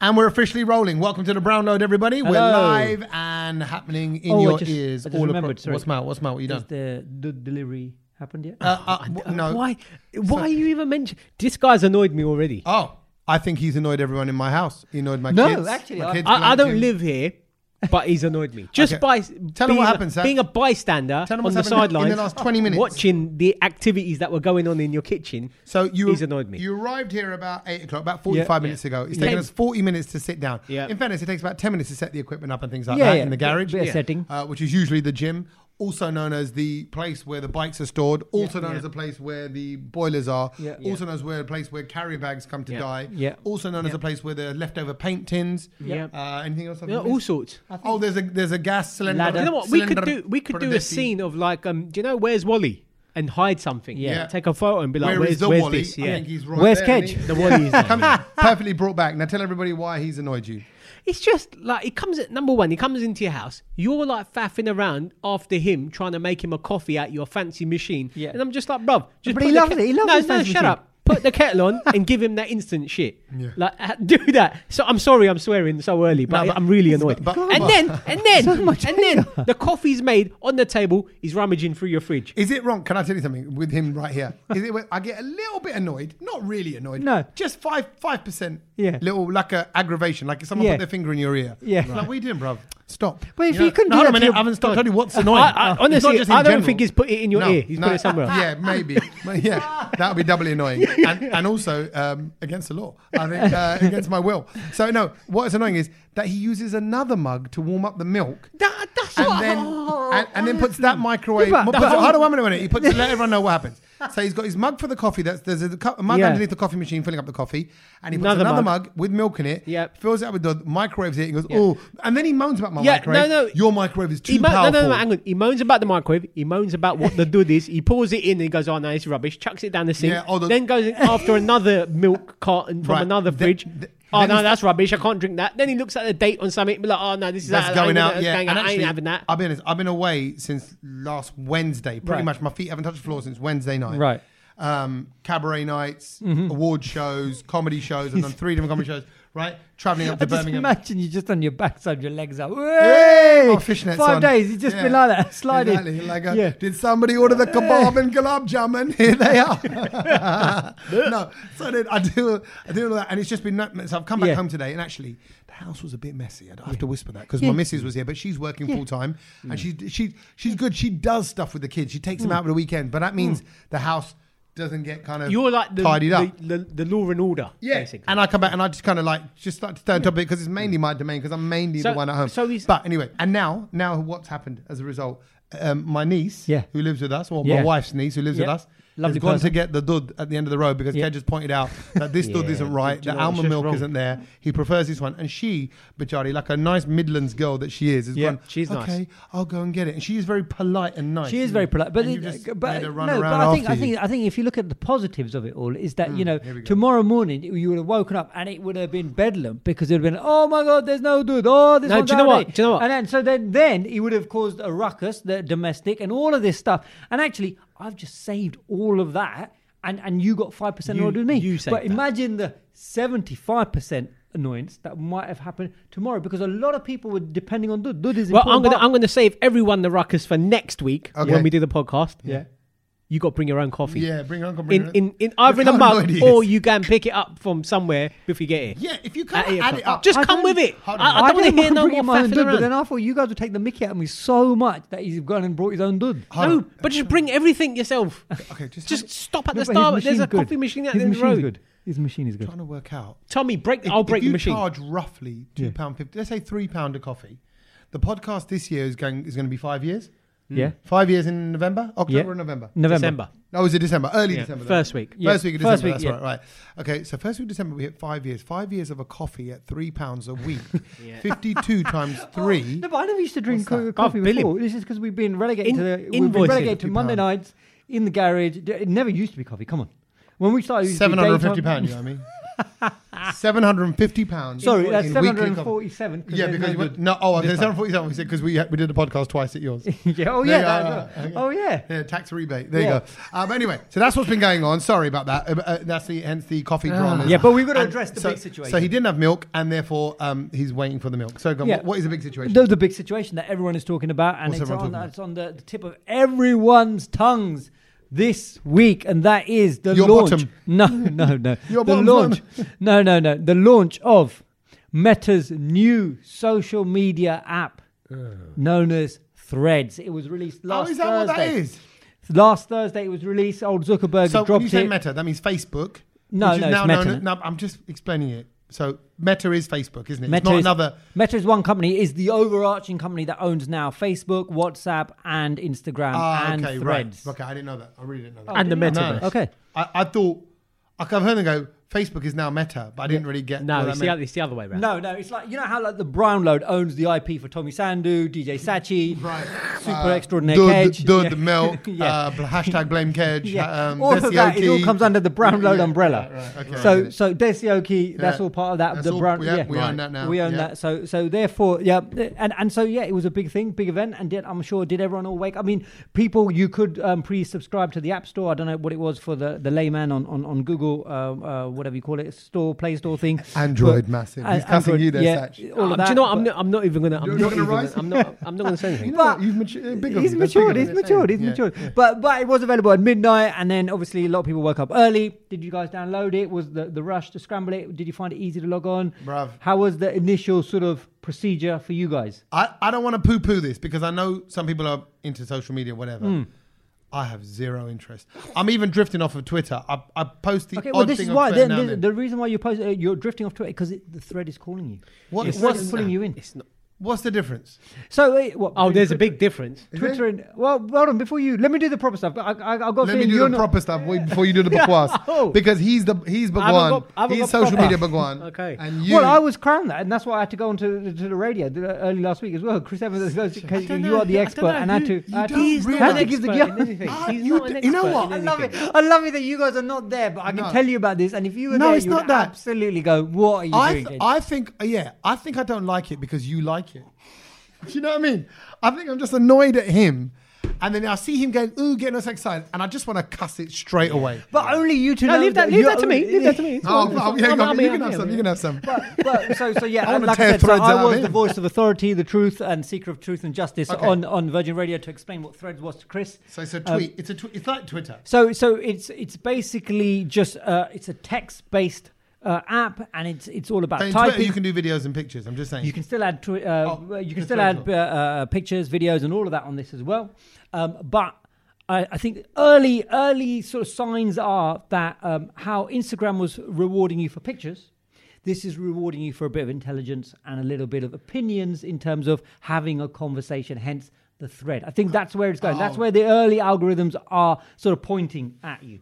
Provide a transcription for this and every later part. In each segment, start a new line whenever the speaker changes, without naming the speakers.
And we're officially rolling. Welcome to the Brown Load, everybody. We're
Hello.
live and happening in
Oh, I
your
just-
ears.
I just
acro-
remembered, sorry.
What's Mal? What's Mal? What you
Has
done?
the, Oh, the delivery happened yet?
Uh, uh, w- no.
Why? Why are you even mention? This guy's annoyed me already.
Oh, I think he's annoyed everyone in my house. He annoyed my
no,
kids.
actually,
My
I,
kids
I, I
blanked
don't
him.
live here, but he's annoyed me just
Okay.
by
Tell him
being
what
a-
happened, Sam.
being a bystander
Tell him
on
what's
the
happened in the
sidelines
last 20 minutes.
watching the activities that were going on in your kitchen.
So you
He's annoyed me.
You arrived here about eight o'clock, about forty-five
Yeah.
minutes ago. It's
Yeah.
taken us forty minutes to sit down.
Yeah.
In fairness, it takes about ten minutes to set the equipment up and things like
Yeah,
that
yeah.
in the garage,
Bit of Yeah. setting.
uh, which is usually the gym, also known as the place where the bikes are stored, also known as the place where the boilers are,
Yeah.
also known as where the place where carrier bags come to
Yeah.
die,
Yeah.
also known as the place where the leftover paint tins.
Yeah.
Uh, anything else? I've
Yeah,
missed?
all sorts.
Oh, there's a there's a gas cylinder.
Do you know what? We could
cylinder
do we could do a
productivity.
scene of like um do you know where's Wally and hide something
Yeah. Yeah.
take a photo and be like
Where
where's
is the
where's
Wally?
this
I
yeah
think he's right
Where's
there, isn't
Kedge?
he?
the Wally is there.
Come- perfectly brought back. Now tell everybody why he's annoyed you.
It's just like it comes at number one. He comes into your house. You're like faffing around after him, trying to make him a coffee at your fancy machine.
Yeah.
And I'm just like, bruv, just
But
put
he
the
loves it. He loves
no,
his
no,
fancy
shut
machine.
up. Put the kettle on and give him that instant shit. Yeah. Like uh, do that. So I'm sorry, I'm swearing so early, but,
No, but-
I'm really annoyed.
but-
and
but-
then, and then,
So much
and then, the coffee's made on the table. He's rummaging through your fridge.
Is it wrong? Can I tell you something with him right here? Is it? I get a little bit annoyed, not really annoyed.
No.
just five five percent.
Yeah.
little like a aggravation, like if someone
Yeah.
put their finger in your ear.
Yeah.
like what are you doing, bruv? Stop.
But if you couldn't
no,
do
hold on a
that to
minute,
your-
I haven't stopped. Tell you what's annoying.
I- I-
Uh, It's
honestly,
not just in
I don't
general.
think he's put it in your ear. He's put it somewhere else.
Yeah, maybe. Ma- yeah, that would be doubly annoying, and, and also um, against the law. I think uh, against my will. So no, what's annoying is that he uses another mug to warm up the milk
That, that's
and
what-
then
Oh,
and, and then puts that microwave.
Yeah, but-
puts it-
but-
hold on one minute, one minute. He puts let everyone know what happens. So he's got his mug for the coffee. That's there's a, cu- a mug
Yeah.
underneath the coffee machine filling up the coffee, and he puts another,
Another
mug. with milk in it.
Yep.
Fills it up with the microwaves it. He goes, oh, and then he moans about my
Yeah,
microwave.
no, no.
your microwave is too
He mo- no,
powerful.
no, no, hang on. He moans about the microwave. He moans about what the dude is. He pours it in and he goes, oh, no, it's rubbish. Chucks it down the sink.
Yeah, oh, the-
then goes after another milk carton from
Right.
another
Th-
fridge.
th-
oh,
then
no,
he's-
that's rubbish. I can't drink that. Then he looks at the date on something and be like, oh, no, this is
That's
that- I
going
ain't
out,
gonna-
yeah.
going
And
out. I
actually, uh,
ain't having that.
I'll be honest. I've been away since last Wednesday, pretty
Right.
much. My feet haven't touched the floor since Wednesday night.
Right.
Um, cabaret nights,
Mm-hmm.
award shows, comedy shows. I've done three different comedy shows. Right, traveling up
I
to
just
Birmingham.
imagine you just on your backside, your legs up.
Hey!
Hey!
Got fishnets
Five
on.
days, you just
Yeah.
been like that, sliding.
Exactly. Like, uh,
Yeah.
did somebody order the kebab and gulab jamun? Here they are. no, so then I do, I do all that, and it's just been. nut- So I've come back
Yeah.
home today, and actually, the house was a bit messy. I don't have to whisper that because my missus was here, but she's working full time,
Mm.
and she she she's good. She does stuff with the kids. She takes them out for the weekend, but that means the house doesn't get kind of
Mm. You're like the,
tidied up.
the, the, the law and order,
Yeah,
basically.
and I come back and I just kind of like just like to turn top of it because it's mainly my domain because I'm mainly
So-
the one at home.
so he's-
but anyway, and now now what's happened as a result? Um, my niece,
Yeah.
who lives with us, or my
Yeah.
wife's niece who lives
Yeah.
with us,
Lovely
has gone
person.
to get the dud at the end of the road because
Yeah.
Ted just pointed out that this dud
Yeah,
isn't right,
do
the
you know what, it's
almond
just
milk
wrong.
isn't there. He prefers this one, and she, Bajari, like a nice Midlands girl that she is, is
Yeah,
gone.
she's nice.
Okay, I'll go and get it, and she is very polite and nice.
She is
isn't
very polite, but,
And you've
it- uh,
just
but
made her
no,
run
but
around
I think
after
I
you. Hmm,
think I think if you look at the positives of it all, is that you know
here we go.
tomorrow morning you would have woken up and it would have been bedlam because it would have been oh my god, there's no dude, oh this
No,
one's
do you know
out
what?
of date."
Do you know what?
And then so then then it would have caused a ruckus, the domestic, and all of this stuff. And actually, I've just saved all of that, and and you got five percent
You-
more than me.
you saved
but
that.
imagine the seventy-five percent annoyance that might have happened tomorrow because a lot of people were depending on dude. Dude is
well, I'm
important
gonna
part.
I'm gonna save everyone the ruckus for next week
Okay.
when we do the podcast.
Yeah.
you got to bring your own coffee.
Yeah, bring her on. come bring
in
her
in, in either in a
Look how annoyed
mug
he is.
or you go and pick it up from somewhere before you get here.
Yeah, if you
At
can't
eight
add
o'clock.
it up,
Just
I
come
don't-
with it.
Hold
I,
on.
I don't want to
didn't
hear no
mind bringing
more
my own
faffing
dud, but then
around.
I thought you guys would take the mickey out of me so much that he's gone and brought his own dud.
Hold
no,
on.
but just bring everything yourself.
okay, just
just stop at
No,
the
but
Starbucks. There's
his machine's
a
good.
coffee machine at
his
the end of the
machine's
road.
good. His machine is good.
trying to work out.
Tommy, break.
If-
I'll
if
break the
you
machine.
charge roughly two
Yeah.
pound fifty. Let's say three pound a coffee. The podcast this year is going is going to be five years.
Yeah.
Five years in November, October
Yeah.
or November.
November.
December.
Oh, is it December? Early
Yeah,
December. then.
First week.
Yeah,
First week of December. that's
first week,
right. Right. Okay. So first week of December, we hit five years. Five years of a coffee at three pounds a week.
Yeah.
Fifty-two times three.
Oh, No, but I never used to drink
What's
co-
that?
coffee
Oh, Billy.
before. This is because we've been relegated
In-
to the, we've been
invoicing.
relegated to Monday
£50.
nights in the garage. D- It never used to be coffee. Come on, when we started, it used to be
Seven hundred and fifty
daytime-
pounds. You know what I mean? seven hundred and fifty pounds.
Sorry, that's
in weekly com-
747.
Yeah,
there's
because
no
you went,
good
no. Oh,
this
there's
time.
seven forty-seven. We said because we we did a podcast twice at yours.
yeah,
There you
oh yeah, that
are.
as well. oh yeah.
Yeah, tax rebate. There
Yeah.
you go. Um, anyway, so that's what's been going on. Sorry about that. Uh, uh, that's the hence the coffee drama.
Ah. Yeah, but we've got to
And
address the
so,
big situation.
So he didn't have milk, and therefore um, he's waiting for the milk. So go on,
Yeah.
what- what is the big situation?
the, the big situation that everyone is talking about, and
What's
it's
everyone
on,
talking
it's on the, the tip of everyone's tongues this week, and that is the
Your
launch.
bottom.
No, no, no.
Your
the
bottom's
launch. No, no, no. The launch of Meta's new social media app known as Threads. It was released
oh,
last
is that
Thursday.
what that is?
Last Thursday it was released. Old Zuckerberg
So when
dropped
you say
it.
Meta, that means Facebook.
No,
which
no,
is
it's
now
Meta,
known-
isn't
no, I'm just explaining it. So Meta is Facebook, isn't it?
Meta
it's not
is-
another.
Meta is one company, is the overarching company that owns now Facebook, WhatsApp, and Instagram
Ah,
um, and
okay,
Threads.
right. Okay, I didn't know that. I really didn't know that.
And the
No, no,
metaverse.
no.
Okay.
I, I thought like, I've heard them go. Facebook is now Meta, but I didn't really get. what
No,
that
it's the,
meant.
other- it's the other way around.
No, no, it's like you know how like the Brownload owns the IP for Tommy Sandu, DJ Sachi,
Mm. Right.
Super
Uh,
Extraordinary
Dud,
Cage.
Dud
yeah.
milk.
Yeah.
uh, bl- hashtag blame Cage.
Yeah.
um,
all of
Desi
that, it all
Oki.
comes under the Brownload
Yeah,
umbrella.
right, right, okay, I
so,
get it.
so Desioki, that's
Yeah.
all part of that.
That's
the
all-
Brown,
yeah,
yeah,
we own that now,
We own
yeah.
that. So, so therefore, yeah, and and so yeah, it was a big thing, big event, and did, I'm sure did everyone all wake? I mean, people, you could um, pre-subscribe to the App Store. I don't know what it was for the, the layman on on, on Google, uh, uh, whatever you call it, store, Play Store thing.
Android
But-
massive.
and-
He's cussing you there,
yeah,
Satch.
all of
Um,
that,
do you know what? I'm
but-
not, I'm not even going to.
You're
I'm
not
not
gonna
even
rise?
gonna- I'm not. I'm not going to say anything.
You know what?
but-
You've matured. Big of
he's
you. That's
matured.
big of
He's
you.
matured. He's
Yeah.
matured. But but it was available at midnight, and then obviously a lot of people woke up early. Did you guys download it? Was the, the rush to scramble it? Did you find it easy to log on?
Bruv.
How was the initial sort of procedure for you guys?
I, I don't want to poo poo this because I know some people are into social media, whatever.
Hmm.
I have zero interest. I'm even drifting off of Twitter. I, I post the
Okay,
odd
well this
thing
is
on
why
Twitter
then,
now and
this-
then.
the reason why you're posting, uh, you're drifting off Twitter because the thread is calling you.
What-
It's
what's-
pulling you in.
It's not.
What's the difference?
So uh, what?
Oh, there's a big difference.
Twitter and well, hold on. Before you, let me do the proper stuff. I, I, I've got a
Let me
feeling
do
you're
the
not-
proper stuff wait before you do the bakwas.
Oh.
Because he's the he's
I haven't
Bagwan.
got- I haven't
He's
got
social
proper.
media Bagwan.
Okay.
And you
Well, I was crowned that, and that's why I had to go on to, to the radio the, early last week as well. Chris Evans, because you
don't know
are the
who- I
expert,
don't know
and I had
who-
to. I had
you
to-
don't
I
really-
had
an
to give the
expert in
yeah.
anything.
Ah,
He's
you
not
d-
an
you know
expert
what?
in
I
I love it.
anything.
I love it that you guys are not there, but I can
No.
tell you about this. And if you were
No,
there,
it's
you would
not that.
absolutely go, "What are you
I,
doing?"
th-
Jed?"
I think, uh, yeah, I think I don't like it because you like it. Do you know what I mean? I think I'm just annoyed at him. And then I see him going, ooh, getting us excited. And I just want to cuss it straight away.
but only you two.
No,
know
leave that. Leave
you're
that to me.
only-
Leave that to me. It's
Oh,
fine.
oh, yeah,
I'm-
go on,
I'm
you
here,
can
I'm
have some.
here, I'm
You
here.
can have some.
but so so yeah,
I wanna
like I
tear
said, so
threads out
I
of
was
him.
the voice of authority, the truth, and seeker of truth and justice
Okay.
on, on Virgin Radio to explain what Threads was to Chris.
So it's a
Um,
tweet. it's a tweet. It's like Twitter.
So so it's it's basically just uh, it's a text based uh, app, and it's it's all about
So in
typing.
Twitter, you can do videos and pictures. I'm just saying.
You can still add twi- uh,
Oh,
you
that's
can still
very
add
cool.
uh, uh, pictures, videos, and all of that on this as well. Um, but I, I think early early sort of signs are that um, how Instagram was rewarding you for pictures. This is rewarding you for a bit of intelligence and a little bit of opinions in terms of having a conversation. Hence the thread. I think that's where it's going. That's
Oh.
where the early algorithms are sort of pointing at you.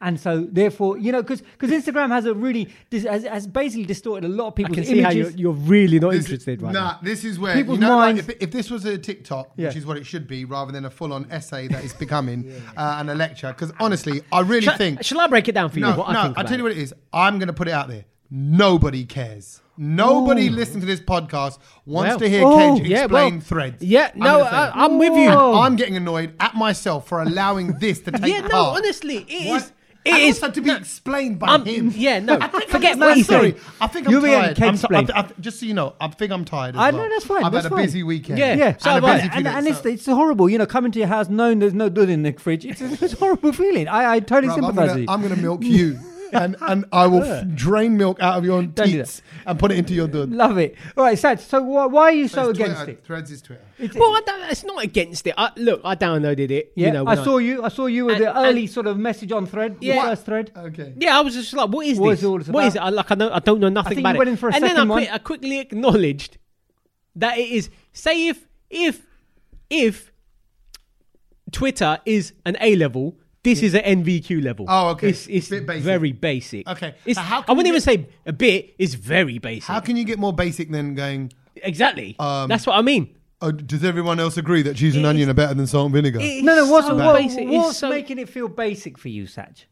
And so, therefore, you know, because Instagram has a really dis- has, has basically distorted a lot of
I
people's
can see how
images.
you're, you're really not
This-
interested right
nah,
now.
this is where
People's
you know, like,
minds-
if, if this was a TikTok,
Yeah.
which is what it should be, rather than a full-on essay that it's becoming uh, and a lecture. Because honestly, I really
Shall,
think
shall I break it down for you?
No, no.
what I think
I'll
about
tell you
it?
what it is. I'm going to put it out there. Nobody cares. Nobody listening to this podcast wants
Well.
to hear
Oh,
Cage
yeah,
explain
well,
threads.
Yeah,
I'm
no,
gonna say
I,
it.
I'm with you.
Whoa.
I'm getting annoyed at myself for allowing this to take
Yeah, no,
part.
honestly, it
What?
is- it
and
is-
also to be explained by
Um,
him.
yeah, no.
I think I'm
Forget
just-
what
I'm
he said.
sorry. I think I'm
You're being
tired. I'm so- I
Cage-splained.
th- I th- just so you know, I think I'm tired. As
I
well.
know that's fine.
I've
that's
had a
fine.
busy weekend.
Yeah.
yeah.
and a
I've-
busy few
and,
days,
and
so-
it's it's horrible. You know, coming to your house knowing there's no dud in the fridge. It's, it's a horrible feeling. I, I totally
Rob, I'm
sympathise.
gonna,
with you.
I'm gonna milk you, and and I will f- drain milk out of your
do that.
teats and put it into your dud.
Love it. All right, Sad. So why, why are you so
It's
against
Twitter.
it?
Threads is Twitter.
Well, I don't, it's not against it. I, look, I downloaded it.
Yeah,
you know,
I
when
saw you. I saw you with
And-
the early
and-
sort of message on thread,
Yeah.
the first thread.
Okay.
Yeah, I was just like, what is
What
this?
is all this
what is it?
about?
I, like, I, know, I don't know nothing
think
about
you went
it.
in for a
and then
second
I,
one.
qui- I quickly acknowledged that it is. Say if if if Twitter is an A level, this is an NVQ level.
Oh, okay.
It's, it's
Bit basic.
very basic.
Okay.
It's,
So how
I
can
wouldn't
you
even say a bit. It's very basic.
How can you get more basic than going?
exactly.
Um,
That's what I mean.
Oh, does everyone else agree that cheese and onion are better than salt and vinegar?
It
No,
is
no. What's,
so
what-
basic. It's
what's
so-
making it feel basic for you, Saj?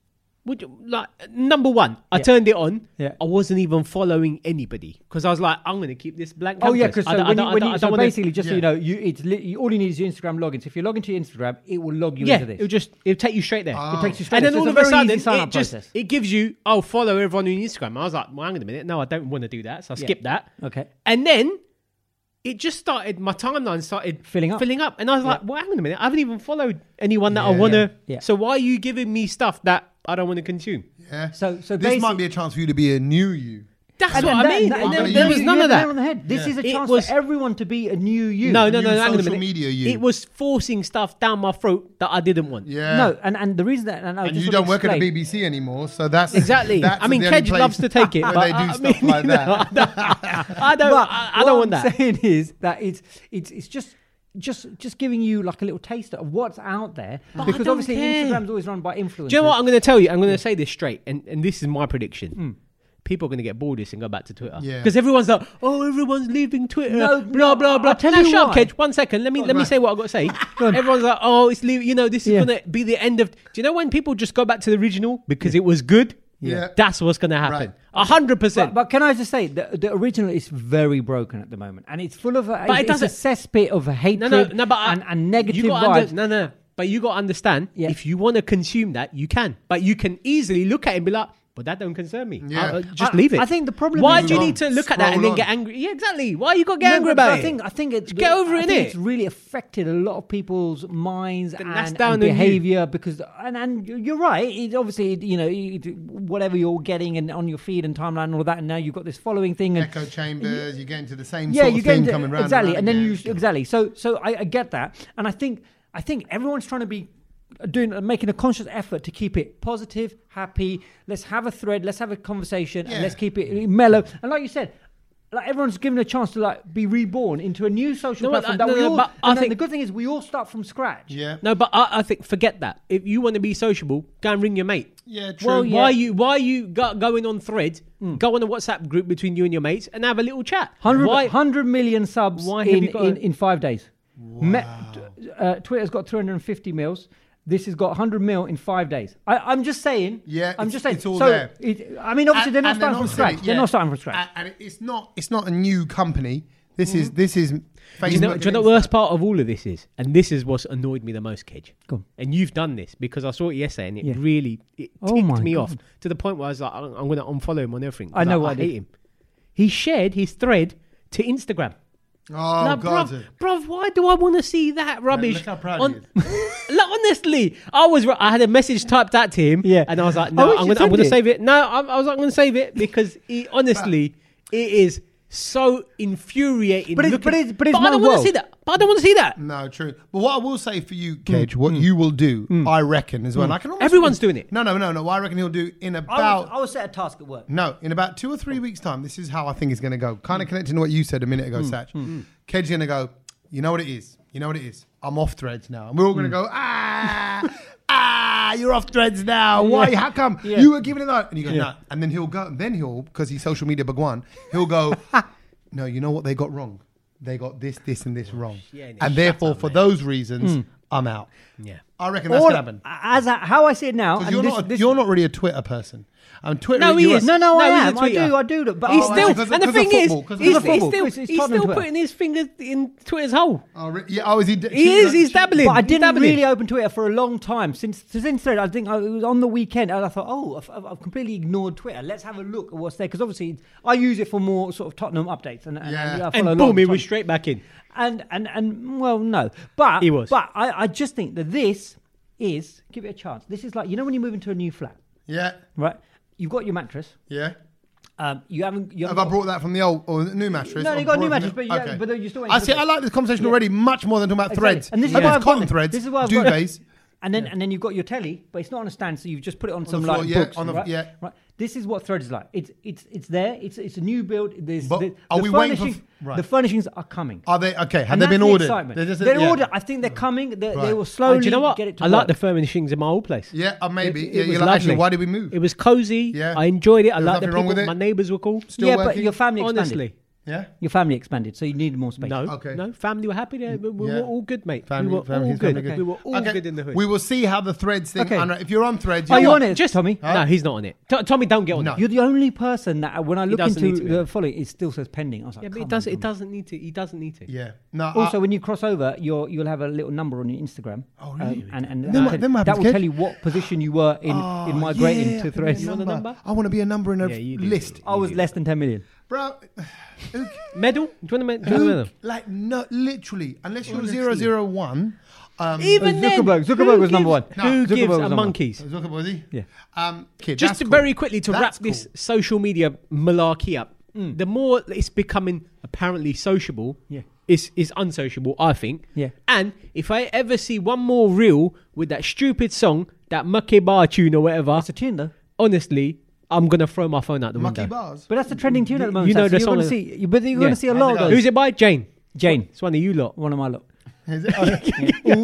would you, like number one, I
Yeah.
turned it on.
Yeah.
I wasn't even following anybody because I was like, I'm going to keep this blank.
Oh yeah,
canvas.
because
I
so,
don't- I
when you-
don't- I
when
don't- I
you- so
don't wanna-
basically, just
Yeah.
so you know, you it's li- you- all you need is your Instagram login. So if you log into your Instagram, it will log you
yeah,
into this.
it'll just it'll take you straight there.
Ah.
it takes you straight.
And then
so
all
it's
of
a
a
very
sudden,
easy sign-up
it just
process.
it gives you oh follow everyone on Instagram. I was like, well, hang on a minute, no, I don't want to do that, so I
Yeah.
skipped that.
Okay.
And then it just started. My timeline started
Filling up.
filling up, and I was like, well, hang on a minute, I haven't even followed anyone that I
Yeah.
want to.
Yeah.
So why are you giving me stuff that I don't want to consume?
Yeah.
So- so
this might
basi-
be a chance for you to be a new you.
That's
And
what
then
I
that-
mean.
that-
and
I'm
there,
gonna
there
use-
was
You
you
none
hit
of
the
that.
nail on the head. This
Yeah.
is a
It
chance
was-
for everyone to be a new you.
No, no,
You
no, hang on a
social
minute.
media you.
It was forcing stuff down my throat that I didn't want.
Yeah.
no, and and the reason that and, I
And
just
you
wanna
don't work at
explain.
the BBC anymore, so that's
Exactly.
That's
I mean,
the only
Kedge
place
loves to take it,
where
but
they do
I
stuff
mean,
like that.
I don't.
But
I, I don't
what
want
I'm
that.
Saying is that it's it's it's just just just giving you like a little taster of what's out there
I
because
don't
obviously
care.
Instagram's always run by influencers.
Do you know what I'm going to tell you? I'm going to say this straight, and, and this is my prediction. People are going to get bored of this and go back to Twitter
Hmm. Yeah.
because everyone's like, "Oh, everyone's leaving Twitter."
No,
blah
no,
blah blah.
I'll tell
Now,
you
shut up,
why.
Kedge. One second. Let me let me say what I've got to say. everyone's like, "Oh, it's leaving." You know, this is
Yeah.
going to be the end of. Do you know when people just go back to the original because it was good?
Yeah.
that's what's going to happen.
Right.
A hundred percent.
But, but can I just say the, the original is very broken at the moment, and it's full of but
it
it's,
doesn't-
it's a cesspit of hatred
No, no, no. But I-
and, and
you
negative
gotta
vibes.
under- no, no. But you got to understand
Yeah.
if you want to consume that, you can. But you can easily look at it and be like, "But that don't concern me.
Yeah.
I- I- just
I-
leave it."
I think the problem
Why
is-
do you
Move
need to
on.
look at that and
Scroll
then get
on.
angry? Yeah, exactly. Why you got to get angry
No, but
about
I
it?
think I think it's
Just get over
I
it,
think
innit?
It's really affected a lot of people's minds and,
that's down
and
on you.
behavior because and and you're right. It's obviously you know it- whatever you're getting and on your feed and timeline and all that, and now you've got this following thing and
Echo chambers. You get into the same
yeah,
sort
you
of
get
thing
into,
coming round.
exactly,
round
and then
again.
you exactly. So so I, I get that, and I think I think everyone's trying to be doing making a conscious effort to keep it positive, happy. Let's have a thread. Let's have a conversation,
Yeah.
and let's keep it mellow. And like you said. Like everyone's given a chance to like be reborn into a new social
No, but,
platform
uh,
that
no,
we
no,
all.
but I
and then
think-
the good thing is we all start from scratch.
Yeah.
no, but I, I think forget that. If you want to be sociable, go and ring your mate.
Yeah,
Well,
true.
why
yeah. Hmm.
you why you go, going on thread? Go on a WhatsApp group between you and your mates and have a little chat.
100,
Why-
100 million subs
why have
in,
you got
in,
a-
in five days. Me- t- uh, Twitter's got 250 mils. This has got 100 mil in five days. I, I'm just saying.
Yeah,
I'm
it's-
just saying.
it's all
so
there.
It, I mean, obviously,
And-
they're
and
not
they're
starting from
not
scratch.
silly,
They're
yeah.
not starting from scratch. Mm-hmm.
A- And it- it's not it's not a new company. This is this is Facebook.
Do you know, do you know
and
what the worst part of all of this is? And this is what's annoyed me the most, Kedge.
Go on.
And you've done this because I saw it yesterday and it
Yeah.
really it ticked
Oh my
me
God.
off to the point where I was like, I'm, going to unfollow him on everything.
I know
I,
I did.
hate him. He shared his thread to Instagram.
Instagram. Oh
Like,
god.
bruv, bruv, why do I want to see that rubbish?
look how proud
on-
he
Like, honestly, I was. I had a message typed out to him,
Yeah.
and I was like,
I
"No,
wish
I'm
you'd
gonna, I'm
send
gonna
it.
save it." No, I, I was like, "I'm gonna save it" because he, honestly, it is so infuriating.
But it's-
looking-
but it's- but it's
I
my
don't want to
world.
see that. But I don't want to see that.
No, true. But what I will say for you, Kedge, what you will do, I reckon, as well. and I can almost-
Everyone's doing it.
No, no, no, no. What I reckon he'll do in about
I, was, I was set a task at work.
No, in about two or
Oh.
three weeks' time, this is how I think it's going to go. Kind
Hmm.
of connecting to what you said a minute ago, Satch. Ked's going to go, you know what it is? You know what it is? I'm off threads now. And we're all
Hmm.
going to go, ah, ah, you're off threads now. Why? How come?
Yeah.
You were giving it up. And you go, no. And then he'll go, and then he'll, because he's social media baguan, he'll go, no, you know what they got wrong? They got this, this, and this wrong.
yeah,
and therefore, for those
Hmm.
reasons, I'm out.
Yeah.
I reckon that's going to happen.
as I, how I see it now.
Because
and
you're,
this-
not a-
this-
you're not really a Twitter person. Um, Twitter,
No, he
you're a-
is.
No, no, I
No, he's
am.
a
I do,
tweeter.
I do. look, But
He's
Oh,
still,
actually, 'cause of-
and the
'cause of
thing is,
football, 'cause of
he's,
football.
he's still,
It's- it's
he's
Tottenham
still
Twitter.
putting his finger in Twitter's hole.
Oh, re- yeah. Oh, is he? d-
He
cheating on-
is, he's
cheating-
dabbling.
But I
He's
didn't
dabbling.
really open Twitter for a long time since since then. I think I, it was on the weekend, and I thought, oh, I've, I've- I've completely ignored Twitter. Let's have a look at what's there because obviously I use it for more sort of Tottenham updates, and, and,
Yeah.
and, I follow a
And
lot of
boom, he was
Tottenham-
straight back in.
and and and well, no, but
He was.
But I, I just think that this is give it a chance. This is like you know when you move into a new flat,
Yeah,
right? You've got your mattress.
yeah.
Um, you haven't. You
Have
haven't
I
got-
brought that from the old or the new mattress?
No, you
I've
got a new
brought it
mattress,
from
but yeah, but then you still ain't
I see.
got it.
I like this conversation already much more than talking about
Exactly.
threads.
And this is
Hope
why
it's
I've got
cotton
it.
threads.
This is why I've got it.
duvets.
And then and then you've got your telly, but it's not on a stand, so you've just put it on, some
floor,
like
yeah,
books.
on the-
right?
yeah.
right. This is what Thread is like. It's it's it's there. It's it's a new build. There's
But
the,
are
the
we waiting for
furnishings,
f- right.
the furnishings are coming.
Are they okay? Have
And
they
that's
been
the
ordered?
excitement.
They're just-
They're
yeah.
ordered. I think they're coming. They,
Right.
they will
Oh,
slowly
do you know what?
get it to
I like
work.
the furnishings in my old place.
Yeah, uh, maybe.
It- it
Yeah,
was
you're like, actually,
lovely.
why did we move?
It was cozy.
Yeah.
I enjoyed it. I
There's
liked the
nothing wrong
people.
with it.
My neighbours were cool.
Still
yeah, but
working?
your family expanded.
Honestly.
Yeah.
Your family expanded, so you needed more space.
No,
Okay.
no, family were happy there. We, we
Yeah.
were all good, mate.
Family-
we were
family-
all
family
good.
good.
We were all
Okay,
good in the hood.
We will see how the threads thing.
Okay.
unra- If you're on threads, you
Are you
know
on it, just Tommy?
no, he's not on it. To- Tommy, don't get on
No.
it.
You're the only person that, uh, when I look
doesn't need to be
into
on
the following, it still says pending. I was like,
Yeah, but
come
it does.
on,
It
Tommy.
doesn't need to. He doesn't need to.
Yeah. No.
Also, when you cross over, you're, you'll have a little number on your Instagram.
Oh, really?
Um, and and
Then what-
that-
then what
that
happens,
will
Kev?
tell you what position you were in,
Ah,
in migrating
yeah,
to
I
Threads.
want a
You want a number?
I want to be a number in a
Yeah, you do.
list,
I was less than 10 million.
bro. Who,
Medal? Do you want a med- do you want a
who,
medal?
like no, literally, unless you're zero zero one. Um,
Even then,
Zuckerberg-
who
Zuckerberg was number
gives-
one. No,
Who
Zuckerberg
gives
was
a
number one.
monkeys?
Zuckerberg, was he?
Yeah.
Um, kid,
Just
that's cool.
very quickly to wrap
That's
this social media malarkey up. The more it's becoming apparently sociable,
Mm. Yeah.
it's, it's unsociable, I think.
Yeah.
And if I ever see one more reel with that stupid song, that Mucky Bar tune or whatever,
That's a tune, though.
honestly, I'm gonna throw my phone out the
Monkey
window.
bars.
But that's the trending tune at the moment.
you know
Sats, so
the
you're going to
song-
see, you, but you're going
Yeah.
to see a lot of
How's
those.
it
Who's it by? Jane.
Jane.
It's one of you lot.
One of my lot.
Is it? Okay.
uh,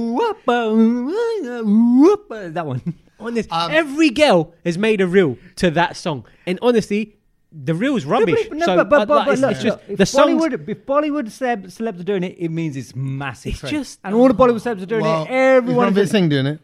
that one.
Honest,
Um,
every girl has made a reel to that song, and honestly, the reel's rubbish.
No, but, no,
so,
but,
like,
but, but
it's,
look,
it's just
look, if
the songs.
Bollywood, if Bollywood celeb, celebs are doing it, it means it's massive.
It's
trend.
just-
and all the Bollywood celebs are doing
well,
it. Everyone
is
is
Ranveer Singh doing it.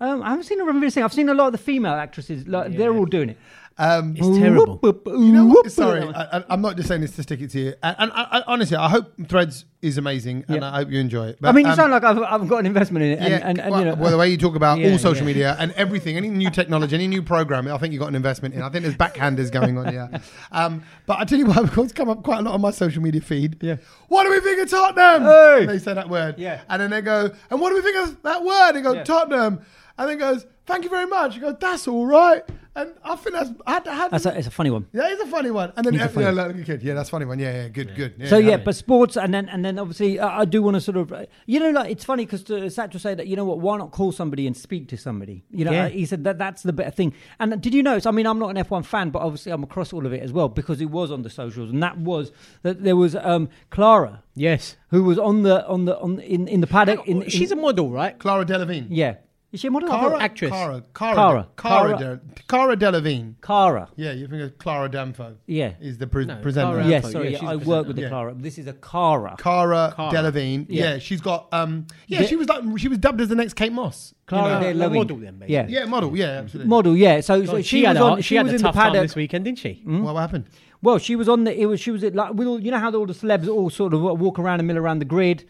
Um, I haven't seen a Ranveer Singh. I've seen a lot of the female actresses. Like, They're all doing it.
Um,
It's terrible.
You know what? Sorry, I, I- I'm not just saying this to stick it to you. And, and I, I, honestly, I hope Threads is amazing, and
Yeah.
I hope you enjoy it. But,
I mean, you
um,
sound like I've, I've got an investment in it. And,
yeah,
and, and,
well,
you know,
well, the way you talk about
Yeah,
all social
yeah.
media and everything, any new technology, any new program, I think you got an investment in. I think there's backhanders going on here. Um, but I tell you what, of course, come up quite a lot on my social media feed.
Yeah.
What do we think of Tottenham?
Hey!
They say that word.
Yeah.
And then they go, and what do we think of that word? They go,
Yeah.
Tottenham. And then goes, thank you very much. You go, that's all right. And I think that's I had, I had
that's a, it's a funny one.
yeah, it's a funny one. And then
It's a
every,
funny
yeah, like, look at kid. Yeah, that's a funny one. Yeah, yeah, good, good.
So yeah,
I mean-
but sports, and then and then obviously, uh, I do want to sort of, uh, you know, like it's funny because Satchel said that you know what, why not call somebody and speak to somebody? You know,
Yeah.
uh, he said that that's the better thing. And did you notice? I mean, I'm not an F1 fan, but obviously I'm across all of it as well because it was on the socials, and that was that there was um, Clara
Yes,
who was on the on the on in in the paddock. In, in-
she's a model, right?
Clara Delevingne.
yeah, is she a model? I
Cara,
thought-
actress.
Cara, Cara,
Cara.
Cara,
Cara.
De- Cara Delevingne.
Cara.
Yeah, you think of Clara Danfo.
Yeah.
is the pre-
No,
presenter.
Cara-
Cara,
Yes,
Danfo,
sorry,
yeah,
yeah,
she's
I
a
work with the
presenter.
Clara. This is a Cara.
Cara.
Delevingne. Yeah.
Yeah.
she's got. Um, yeah,
The-
she was like she was dubbed as the next Kate Moss.
Clara
You know,
Delevingne.
a Oh, model then, basically.
yeah.
Yeah, model. Yeah, absolutely.
model. Yeah, so, so
God,
she,
she, had
was
a,
on. She,
she had
was
a
in the
tough time
paddock.
this weekend, didn't she?
What happened?
Well, she was on the. It was she was at like with all. You know how all the celebs all sort of walk around and mill around the grid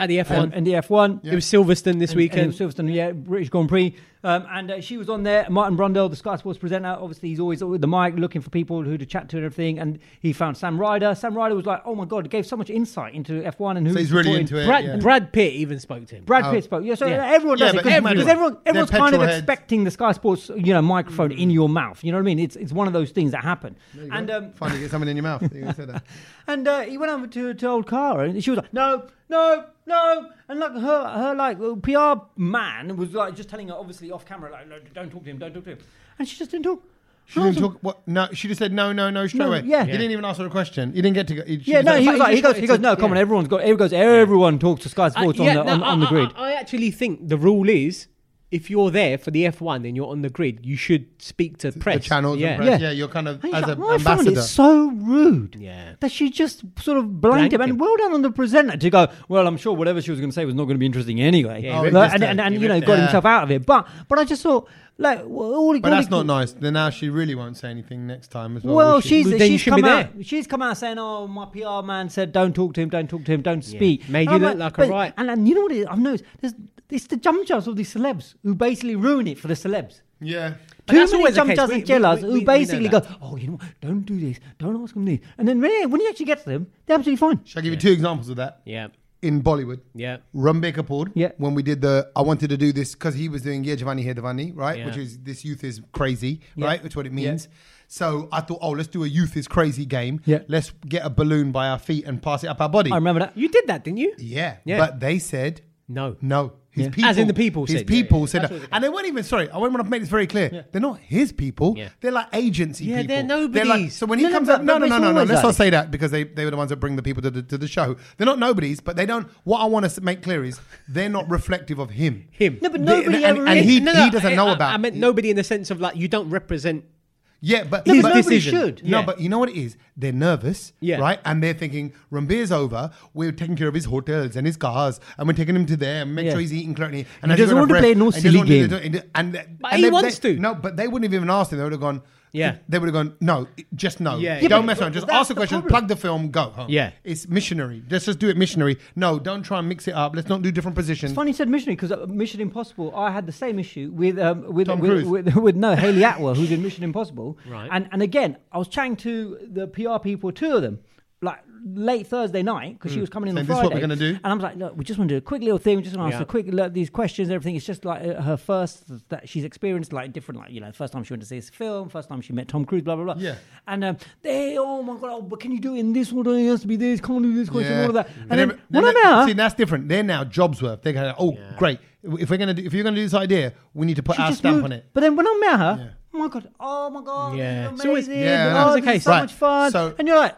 At the F1,
and, and the F1
it was Silverstone this
and-
weekend.
and it was Silverstone, yeah, British Grand Prix, um, and uh, she was on there. Martin Brundle, the Sky Sports presenter, obviously he's always with the mic, looking for people who to chat to and everything. And he found Sam Ryder. Sam Ryder was like, "Oh my god, it gave so much insight into F1 and who."
So he's really into it.
Brad,
yeah.
Brad Pitt even spoke to him.
Brad
Oh.
Pitt spoke. Yeah, so uh,
Yeah.
everyone
Yeah,
does it
but
because
everyone-
because everyone,
they're
everyone's kind of
petrol heads.
expecting the Sky Sports, you know, microphone in your mouth. You know what I mean? It's it's one of those things that happen.
Mm. There you go.
And um,
finally get something in your mouth. You said that.
And uh, he went over to, to old Cara, and she was like, "No, no, no!" And like her, her like PR man was like just telling her obviously off camera, like, "No, "Don't talk to him, don't talk to him," and she just didn't talk.
She didn't talk. What? No, she just said no, no, no straight
No,
away.
yeah.
He didn't even ask her a question. He didn't get to go. He, she
yeah,
was
no,
like,
he was
he
like, he
just
goes,
wanted
he goes,
to-
"No, come on,
yeah.
everyone's got." He goes, "Everyone talks to Sky
I-
Sports on,
Uh, yeah,
the,
no, uh,
on, on the
I- I-
grid."
I, actually think the rule is if you're there for the F1 and you're on the grid, you should speak to press.
the channels.
yeah.
and press.
Yeah.
yeah, you're kind of
And
as
she's like,
an
"Well, I found
ambassador.
it so rude
Yeah.
that she just sort of blanked,
Blanked
him.
him.
And well done on the presenter to go. Well, I'm sure whatever she was going to say was not going to be interesting anyway.
Yeah, he
Oh,
Like,
ripped his
and
throat.
and, and
He
you know,
ripped
got
it.
himself out of it. But but I just thought like well, all. he-
But
all
that's
he-
not nice. Then now she really won't say anything next time as well.
Well,
will she?
she's
Well, then you
she's
should be
come out. She's come out saying, "Oh, my PR man said don't talk to him, don't talk to him, don't
Yeah.
speak."
Made
And
you
I'm
look like a
but-
right.
And, and you know what? It is? I've noticed there's it's the jump jars of these celebs who basically ruin it for the celebs.
yeah.
But
Too
that's
many
always the
jump
case.
jars
We-
and
we-
jellers
we-
who
we- we know
basically
that.
go, "Oh, you know what? Don't do this. Don't ask them this." And then when when you actually get to them, they're absolutely fine.
Shall I give you two examples of that?
Yeah.
In Bollywood,
Yeah.
Rumbek Kapoor,
Yeah.
when we did the, I wanted to do this because he was doing Ye Giovanni Here Devani, right?
Yeah.
Which is this youth is crazy, right? Which is what it means. So I thought, oh, let's do a youth is crazy game.
Yeah.
Let's get a balloon by our feet and pass it up our body.
I remember that.
You did that, didn't you?
yeah.
Yeah.
But they said
No.
no. His people,
As in the people
his
said, yeah,
people
yeah,
said,
that's
no.
what it
and they weren't even sorry. I want to make this very clear. They're not his people.
Yeah.
They're like agency
Yeah,
people.
they're
like-
nobodies.
so when he
No, no,
comes
but-
up, no,
but
no,
it's
no, no, no.
always
Let's
like
not
that.
say that because they they were the ones that bring the people to the to the show. They're not nobodies, but they don't. What I want to make clear is they're not reflective of him.
Him.
No, but
They-
nobody
and,
ever
and he,
is.
he doesn't know
I,
about.
I meant nobody in the sense of like you don't represent
Yeah, but
No,
his
but nobody
decision.
should.
No,
Yeah.
but you know what it is? They're nervous,
Yeah.
right? And they're thinking, Ranbir's over. We're taking care of his hotels and his cars, and we're taking him to there and make
Yeah.
sure he's eating correctly. And
He
has
doesn't
got
want to
enough
play
rest,
no
and he
silly
doesn't
game.
want to do- and, and
But he
they-
wants
they-
to.
No, but they wouldn't have even asked him. They would have gone,
Yeah.
They would have gone, no, just no.
Yeah,
yeah.
don't
but-
mess around. Just
but that's
ask the
the
question,
problem.
plug the film, go home.
Yeah.
It's missionary. Let's just do it missionary. No, don't try and mix it up. Let's not do different positions.
It's funny you said missionary because Mission Impossible. I had the same issue with um, with,
Tom
with,
Cruise.
with with no Haley Atwell, who did Mission Impossible.
Right.
And and again, I was chatting to the PR people, two of them, like late Thursday night because she was coming in on
Hmm. Saying, "This
Friday.
is what we're gonna do."
And I was like, look, we just want to do a quick little thing. We just want to
Yeah.
ask a quick look, these questions, and everything. It's just like uh, her first that she's experienced, like different, like you know, first time she went to see this film, first time she met Tom Cruise, blah blah blah.
Yeah.
And um, they, oh my god, oh, but can you do it in this order? It has to be this. Can't do this question, all of that. And, then,
every- then
well, no,
they-
no.
See, that's different. They're now jobs worth. They're going, oh, great. If we're gonna, do, if you're gonna do this idea, we need to put
She
our
just
stamp
moved-
on it.
But then when I met her,
Yeah.
oh my god, oh my god,
Yeah.
yeah.
So it's-
amazing,
Yeah,
oh,
that's the
this is
case.
so
Right.
much fun,
So-
and you're like,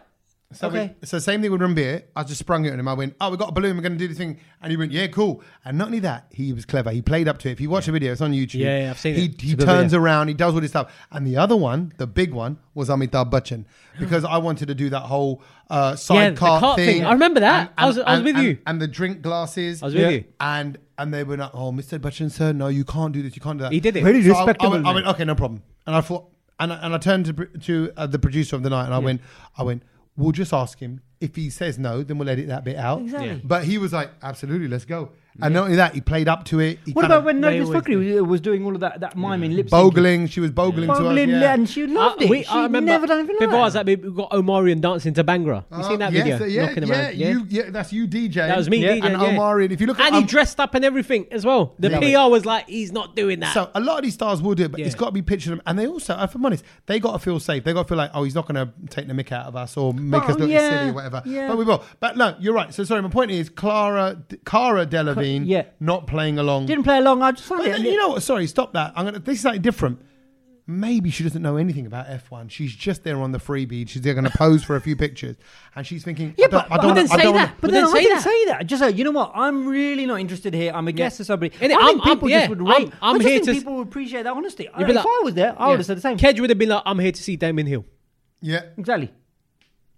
So,
okay,
we, so same thing with Rambeer. I just sprung it on him. I went, oh, we got a balloon. We're going to do the thing. And he went, yeah, cool. And not only that, he was clever. He played up to it. If you watch the video, it's on YouTube.
Yeah, yeah, I've seen
he,
it.
He
It's a good
turns
video.
around. He does all this stuff. And the other one, the big one, was Amitabh Bachchan because I wanted to do that whole uh, sidecar
cart thing. I remember that. I was- I was
and-
with
and-
you.
And the drink glasses.
I was with Yeah. you.
And and they were like, oh, Mr. Bachchan, sir, no, you can't do this. You can't do that.
He did it.
Very
So I- I,
respectable
went, I
man.
went, okay, no problem. And I thought, and I, and I turned to pr- to uh, the producer of the night, and I went, I went, we'll just ask him. If he says no, then we'll edit that bit out.
Exactly. Yeah.
But he was like, absolutely, let's go. And not only that, he played up to it. He
what
kind
about
of
when Nobis
always
Fakri was, was doing all of that that miming lip syncing,
bogling? She was bogling,
bogling,
to us. Yeah.
and she loved it.
Uh, we-
she never done anything like
before I was
that.
like, we got Omarion dancing to Bangra. You
Uh,
seen that
yes,
video?
Yeah,
Knocking
yeah,
around. Yeah.
You, yeah, that's you, DJ.
that was me,
yeah,
DJ,
and
yeah.
Omarion. If you look at
and
um,
he dressed up and everything as well. The
Yeah.
PR was like, he's not doing that.
So a lot of these stars will do it, but it's
Yeah.
got to be pictured them. And they also, uh, if I'm honest, they got to feel safe. They got to feel like, oh, he's not going to take the mick out of us or make
But,
us look
Oh, yeah,
silly or whatever.
yeah.
But we will. But no, you're right. So sorry, my point is Clara, Cara Delevingne,
yeah.
not playing along.
didn't play along. I just found
But
it.
then, you know what? Sorry, stop that. I'm gonna. This is something different. Maybe she doesn't know anything about F1. She's just there on the freebie. She's there going to pose for a few pictures, and she's thinking,
Yeah,
I don't,
but,
I
but
don't
then
wanna- I
say
don't
that.
wanna-
But
but
then
then
I
say
didn't
that.
say that. Just say, you know what? I'm really not interested here. I'm a guest or somebody.
And
I
I'm-
think
I'm-
people
yeah,
just would
I'm-
rate.
I'm
I just
here
think
to s-
people would appreciate that honesty.
You'd
I-
be
If
like-
I was there, I
Yeah.
would have said the same.
Kedge would have been like, I'm here to see Damon Hill.
Yeah,
Exactly.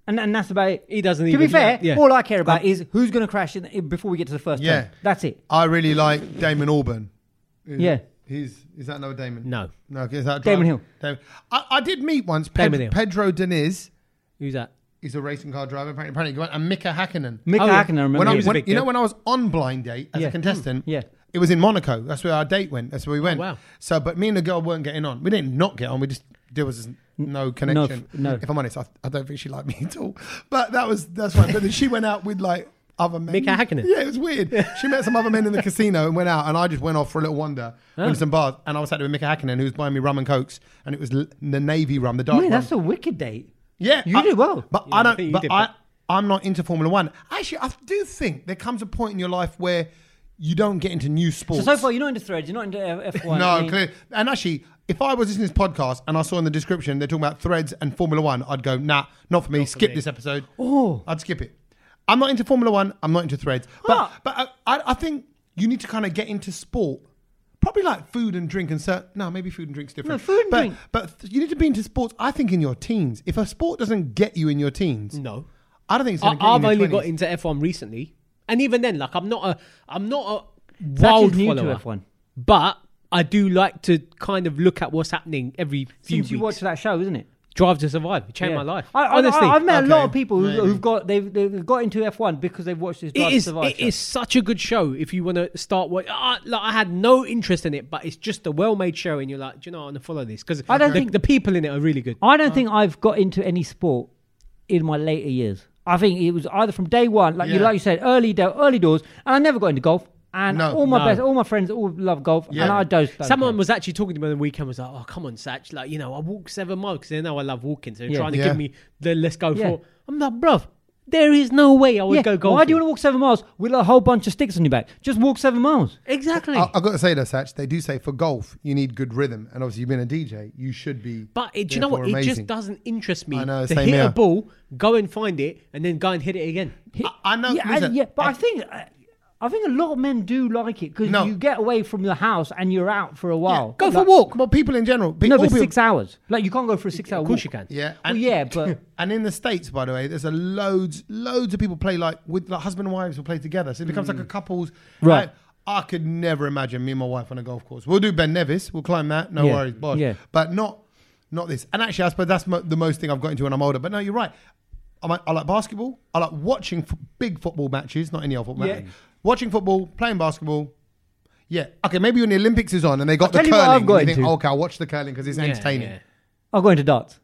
And, and that's about it.
He doesn't
To
even-
be fair,
yeah.
all I care about is who's going to crash in in- before we get to the first
Yeah.
turn. That's it.
I really like Damon Auburn. Is
Yeah.
he's is that another Damon?
No.
no. Is that a driver?
Damon Hill.
Damon. I, I did meet once
Damon
Ped-
Hill.
Pedro Diniz.
Who's that?
He's a racing car driver. Apparently, apparently he went- and Mika Hakkinen.
Mick
Oh,
oh,
yeah.
Hackner, remember?
when I,
was a
when,
big
you know,
deal.
when I was on Blind Date as
Yeah.
a contestant,
Yeah.
it was in Monaco. That's where our date went. That's where we went.
wow.
So, but me and the girl weren't getting on. We didn't not get on. We just there was no connection.
no.
If I'm honest, I, I don't think she liked me at all. But that was that's fine. But then she went out with like other men.
Mika Hakkinen.
Yeah, it was weird. she met some other men in the casino and went out, and I just went off for a little wander, went to some bars, and I was sat there with Mika Hakkinen, who was buying me rum and cokes, and it was l- the navy rum, the dark
Mate,
rum.
that's a wicked date.
Yeah,
You
I-
did well.
but
Yeah,
I
I
don't.
think you
but
did,
I,
but-
I'm not into Formula One. Actually, I do think there comes a point in your life where you don't get into new
So,
sports.
so far, you're not into threads, you're not into F- F1. I
no,
mean-
clear. And actually, if I was listening to this podcast and I saw in the description they're talking about threads and Formula One, I'd go, nah, not for me. skip
me.
this episode.
Oh.
I'd skip it. I'm not into Formula One. I'm not into threads. But
Ah.
but I, I, I think you need to kind of get into sport. Probably like food and drink and certain. No, maybe food and drink's different.
No, food and
but,
drink.
But you need to be into sports. I think in your teens. If a sport doesn't get you in your teens,
No.
I don't think it's
I,
going to get you in
I've
your
only
20s.
got into F1 recently. And even then, like, I'm not a, I'm not a
Zach is
wild
new
follower.
to F1.
But I do like to kind of look at what's happening every few
Since
weeks.
you watched that show, isn't it?
Drive to Survive. It changed
Yeah.
my life.
I, I,
Honestly.
I, have met a
Okay,
lot of people who,
maybe.
who've got they've, they've got into F1 because they've watched this. Drive
it
to
is
Survive
it
show.
is such a good show if you want to start what ah, like, I had no interest in it but it's just a well made show and you're like do you know I want to follow this because
I don't
the,
think-
the people in it are really good
I don't think I've got into any sport in my later years. I think it was either from day one, like you
Yeah.
like you said, early do- early doors, and I never got into golf. And
No,
all my
no.
best, all my friends all love golf, and
Yeah.
I don't. don't
Someone
care.
was actually talking to me on the weekend. Was like, "Oh, come on, Satch! Like, you know, I walk seven miles because they know I love walking. So they're
Yeah.
trying to
Yeah.
give me the let's go
Yeah.
for." I'm like, "Bruv, there is no way I would
yeah.
go golfing."
Why do you want to walk seven miles with a whole bunch of sticks on your back? Just walk seven miles.
exactly?
I, I've got to say though, Satch, they do say for golf you need good rhythm, and obviously you've been a DJ, you should be.
but it, do you know
therefore
what? It
amazing.
just doesn't interest me
I know,
to
same
hit
here.
a ball, go and find it, and then go and hit it again.
I, I know.
yeah, I-
listen,
yeah, but I,
I-
think uh, I think a lot of men do like it because
No.
you get away from the house and you're out for a while.
Go for a
Like-
walk.
Well, people in general. Be,
No,
all
but
people,
six hours. Like you can't go for a six-hour.
Of course you can.
Yeah.
Well, yeah, but
And in the states, by the way, there's a loads, loads of people play like with like husband and wives will play together. So it becomes like a couples.
Mm. Right.
Like, I could never imagine me and my wife on a golf course. We'll do Ben Nevis. We'll climb that. No
Yeah,
worries, boss.
yeah.
But not, not this. And actually, I suppose that's mo- the most thing I've got into when I'm older. But no, you're right. I, might, I like basketball. I like watching f- big football matches, not any old football.
Yeah.
match. Watching football, playing basketball. Yeah. Okay. Maybe when the Olympics is on and they got
I'll
the
tell you what
curling,
I've got
you think, "Oh,
into.
okay, I'll watch the curling because it's entertaining.
I'll go into darts.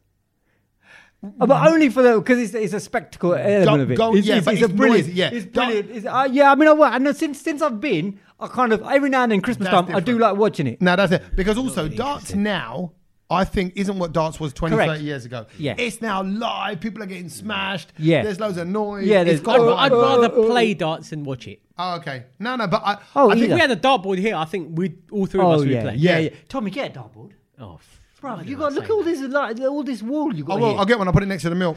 Uh, But only for the because it's, it's a spectacle element of it.
go-
it's,
yeah, but
a
it's
brilliant.
noisy, yeah.
it's
Don't-
brilliant. It's, uh, yeah, I mean, I, wa- I know since since I've been, I kind of every now and then Christmas
That's
time, I do
different.
like watching it.
No, that's it. Because also, darts now, I think, isn't what darts was 20,
Correct.
30 years ago.
Yeah.
It's now live. People are getting smashed.
Yeah.
There's loads of noise.
Yeah, there's-
it's got.
Oh,
a
I'd
vibe.
rather
oh, oh.
play darts than watch it.
Oh, okay. No, no, but I.
Oh,
I
If
think
either.
we had a dartboard here, I think we'd all three of
Oh
us would
yeah,
play.
yeah,
Yeah.
yeah. Tommy, get a dartboard,
Oh, f-
bro.
why
You
did
got
I say
look at all
that?
this like, all this wall you
Oh, I
got.
will.
here.
I'll get one. I'll put it next to the milk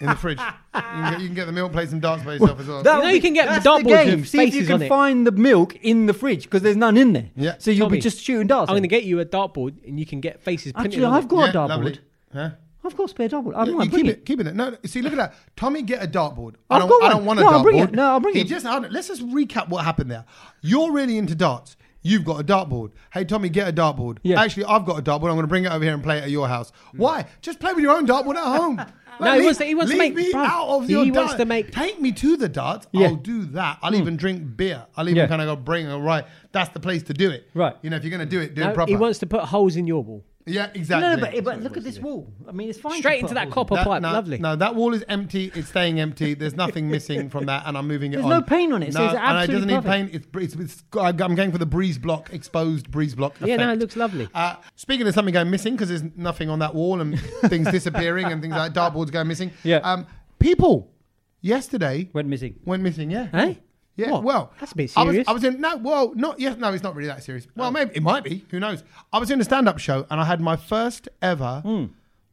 in the fridge. You can get, you can get the milk, play some darts by yourself as well.
That
You
would
know
be-
you can get
that's
dartboards
the game.
with
See if you
faces
can
on it.
find the milk in the fridge because there's none in there.
Yeah.
So you'll be
Tommy,
just shooting darts.
I'm going to get you a dartboard and you can get faces printed
Actually,
on
I've
it.
got
Yeah,
a
lovely.
dartboard.
Huh?
I've got a spare dartboard. I
You
don't mind.
keep
Bring
it.
it.
keeping it. No, see, look at that. Tommy, get a dartboard. I
I've
don't,
got
I don't
one.
want a
No,
dartboard.
I'll bring it. No, I'll bring
he
it.
Just, I don't- let's just recap what happened there. You're really into darts. You've got a dartboard. Hey, Tommy, get a dartboard.
Yeah. Mm.
Actually, I've got a dartboard. I'm going to bring it over here and play it at your house. Why? Just play with your own dartboard at home.
No, he wants to- he wants to
leave
make-
me
bruv,
out of
he
your
wants
darts.
to make-
Take me to the darts.
Yeah. Mm.
I'll do that. I'll even drink beer. I'll even
Yeah.
kind of go bring it. Right, that's the place to do it.
Right.
You know, if you're going to do it, do it
No,
proper.
he wants to put holes in your wall.
yeah,
No,
exactly.
but, but look at this wall. I mean, it's fine.
Straight
to
into
put
that
holes
copper
in.
pipe.
no,
Lovely.
No, that wall is empty. It's staying empty. There's nothing missing from that, and I'm moving it
There's
on.
no paint on it, so
and
it's
it doesn't
absolutely
need paint. It's, br- it's, it's, I'm going for the breeze block, exposed breeze block.
Yeah, no,
effect.
it looks lovely.
Uh, speaking of something going missing, because there's nothing on that wall and things disappearing and things like dartboards going missing.
Yeah.
Um, people yesterday
Went missing.
went missing. Yeah.
Eh?
Yeah,
What?
well,
That's a bit
I was-
serious.
I was, in no, well, not yes, no, it's not really that serious. Well, maybe it might be. Who knows? I was in a stand-up show and I had my first ever
Hmm.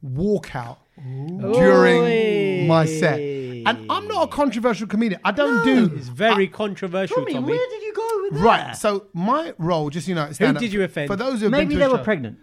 walkout during
Oi.
my set, and I'm not a controversial comedian. I don't do.
It's very controversial,
Tommy,
Tommy.
where did you go with that?
Right, so my role, just you know, at stand-up-
did you offend?
For those who have
Maybe
been to
they
a
were
show-
pregnant.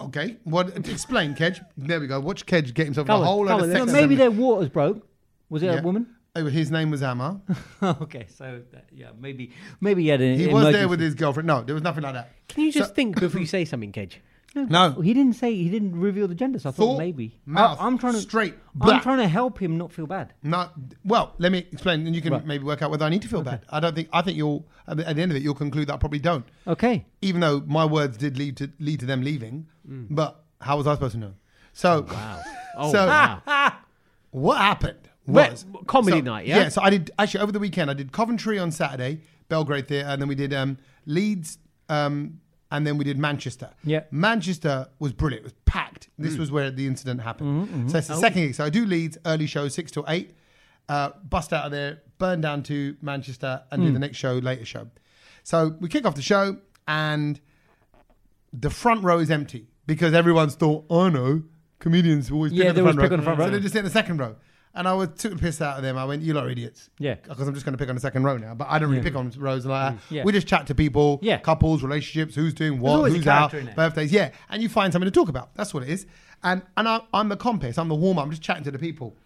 Okay, what? Explain, Kedge. There we go. Watch Kedge get himself
Come
a
on,
whole
come
lot
on,
of
let's
sex.
go.
Maybe
assembly.
their waters broke. Was it
Yeah.
a woman?
Oh, his name was Amar.
okay, so that- yeah, maybe maybe he had an.
He was there with his girlfriend. No, there was nothing like that.
Can you just think before you say something, Kedge?
No.
He didn't say. He didn't reveal the gender. So I thought
Thought,
maybe.
mouth,
I, am trying to
straight,
I'm
black.
trying to help him not feel bad.
No, well, let me explain, and you can
Right.
maybe work out whether I need to feel bad. I don't think. I think you'll at the at the end of it, you'll conclude that I probably don't.
Okay.
Even though my words did lead to lead to them leaving, but how was I supposed to know? So,
Wow. Mm. Oh,
So-
wow.
what happened
Well,
was
comedy
so-
night, yeah?
Yeah. So I did actually over the weekend. I did Coventry on Saturday, Belgrade Theatre, and then we did um, Leeds, um, and then we did Manchester.
Yeah.
Manchester was brilliant. It was packed.
Mm.
This was where the incident happened.
Mm-hmm,
So
Oh.
it's the second gig. So I do Leeds early show six to eight, uh, bust out of there, burn down to Manchester, and
Hmm.
do the next show later show. So we kick off the show and the front row is empty because everyone's thought, oh no, comedians always
Yeah,
pick on
they
the front
always pick
row.
on the front row.
So they just sit in the second row. And I was took the piss out of them. I went, you lot are idiots.
Yeah. Hmm.
Because I'm just going to pick on the second row now. But I don't really pick on rows like that.
Yeah.
We just chat to people,
Yeah.
couples, relationships, who's doing what,
always a
who's out,
character in it.
birthdays. Yeah. And you find something to talk about. That's what it is. And, and I, I'm the compass. I'm the warm up. I'm just chatting to the people.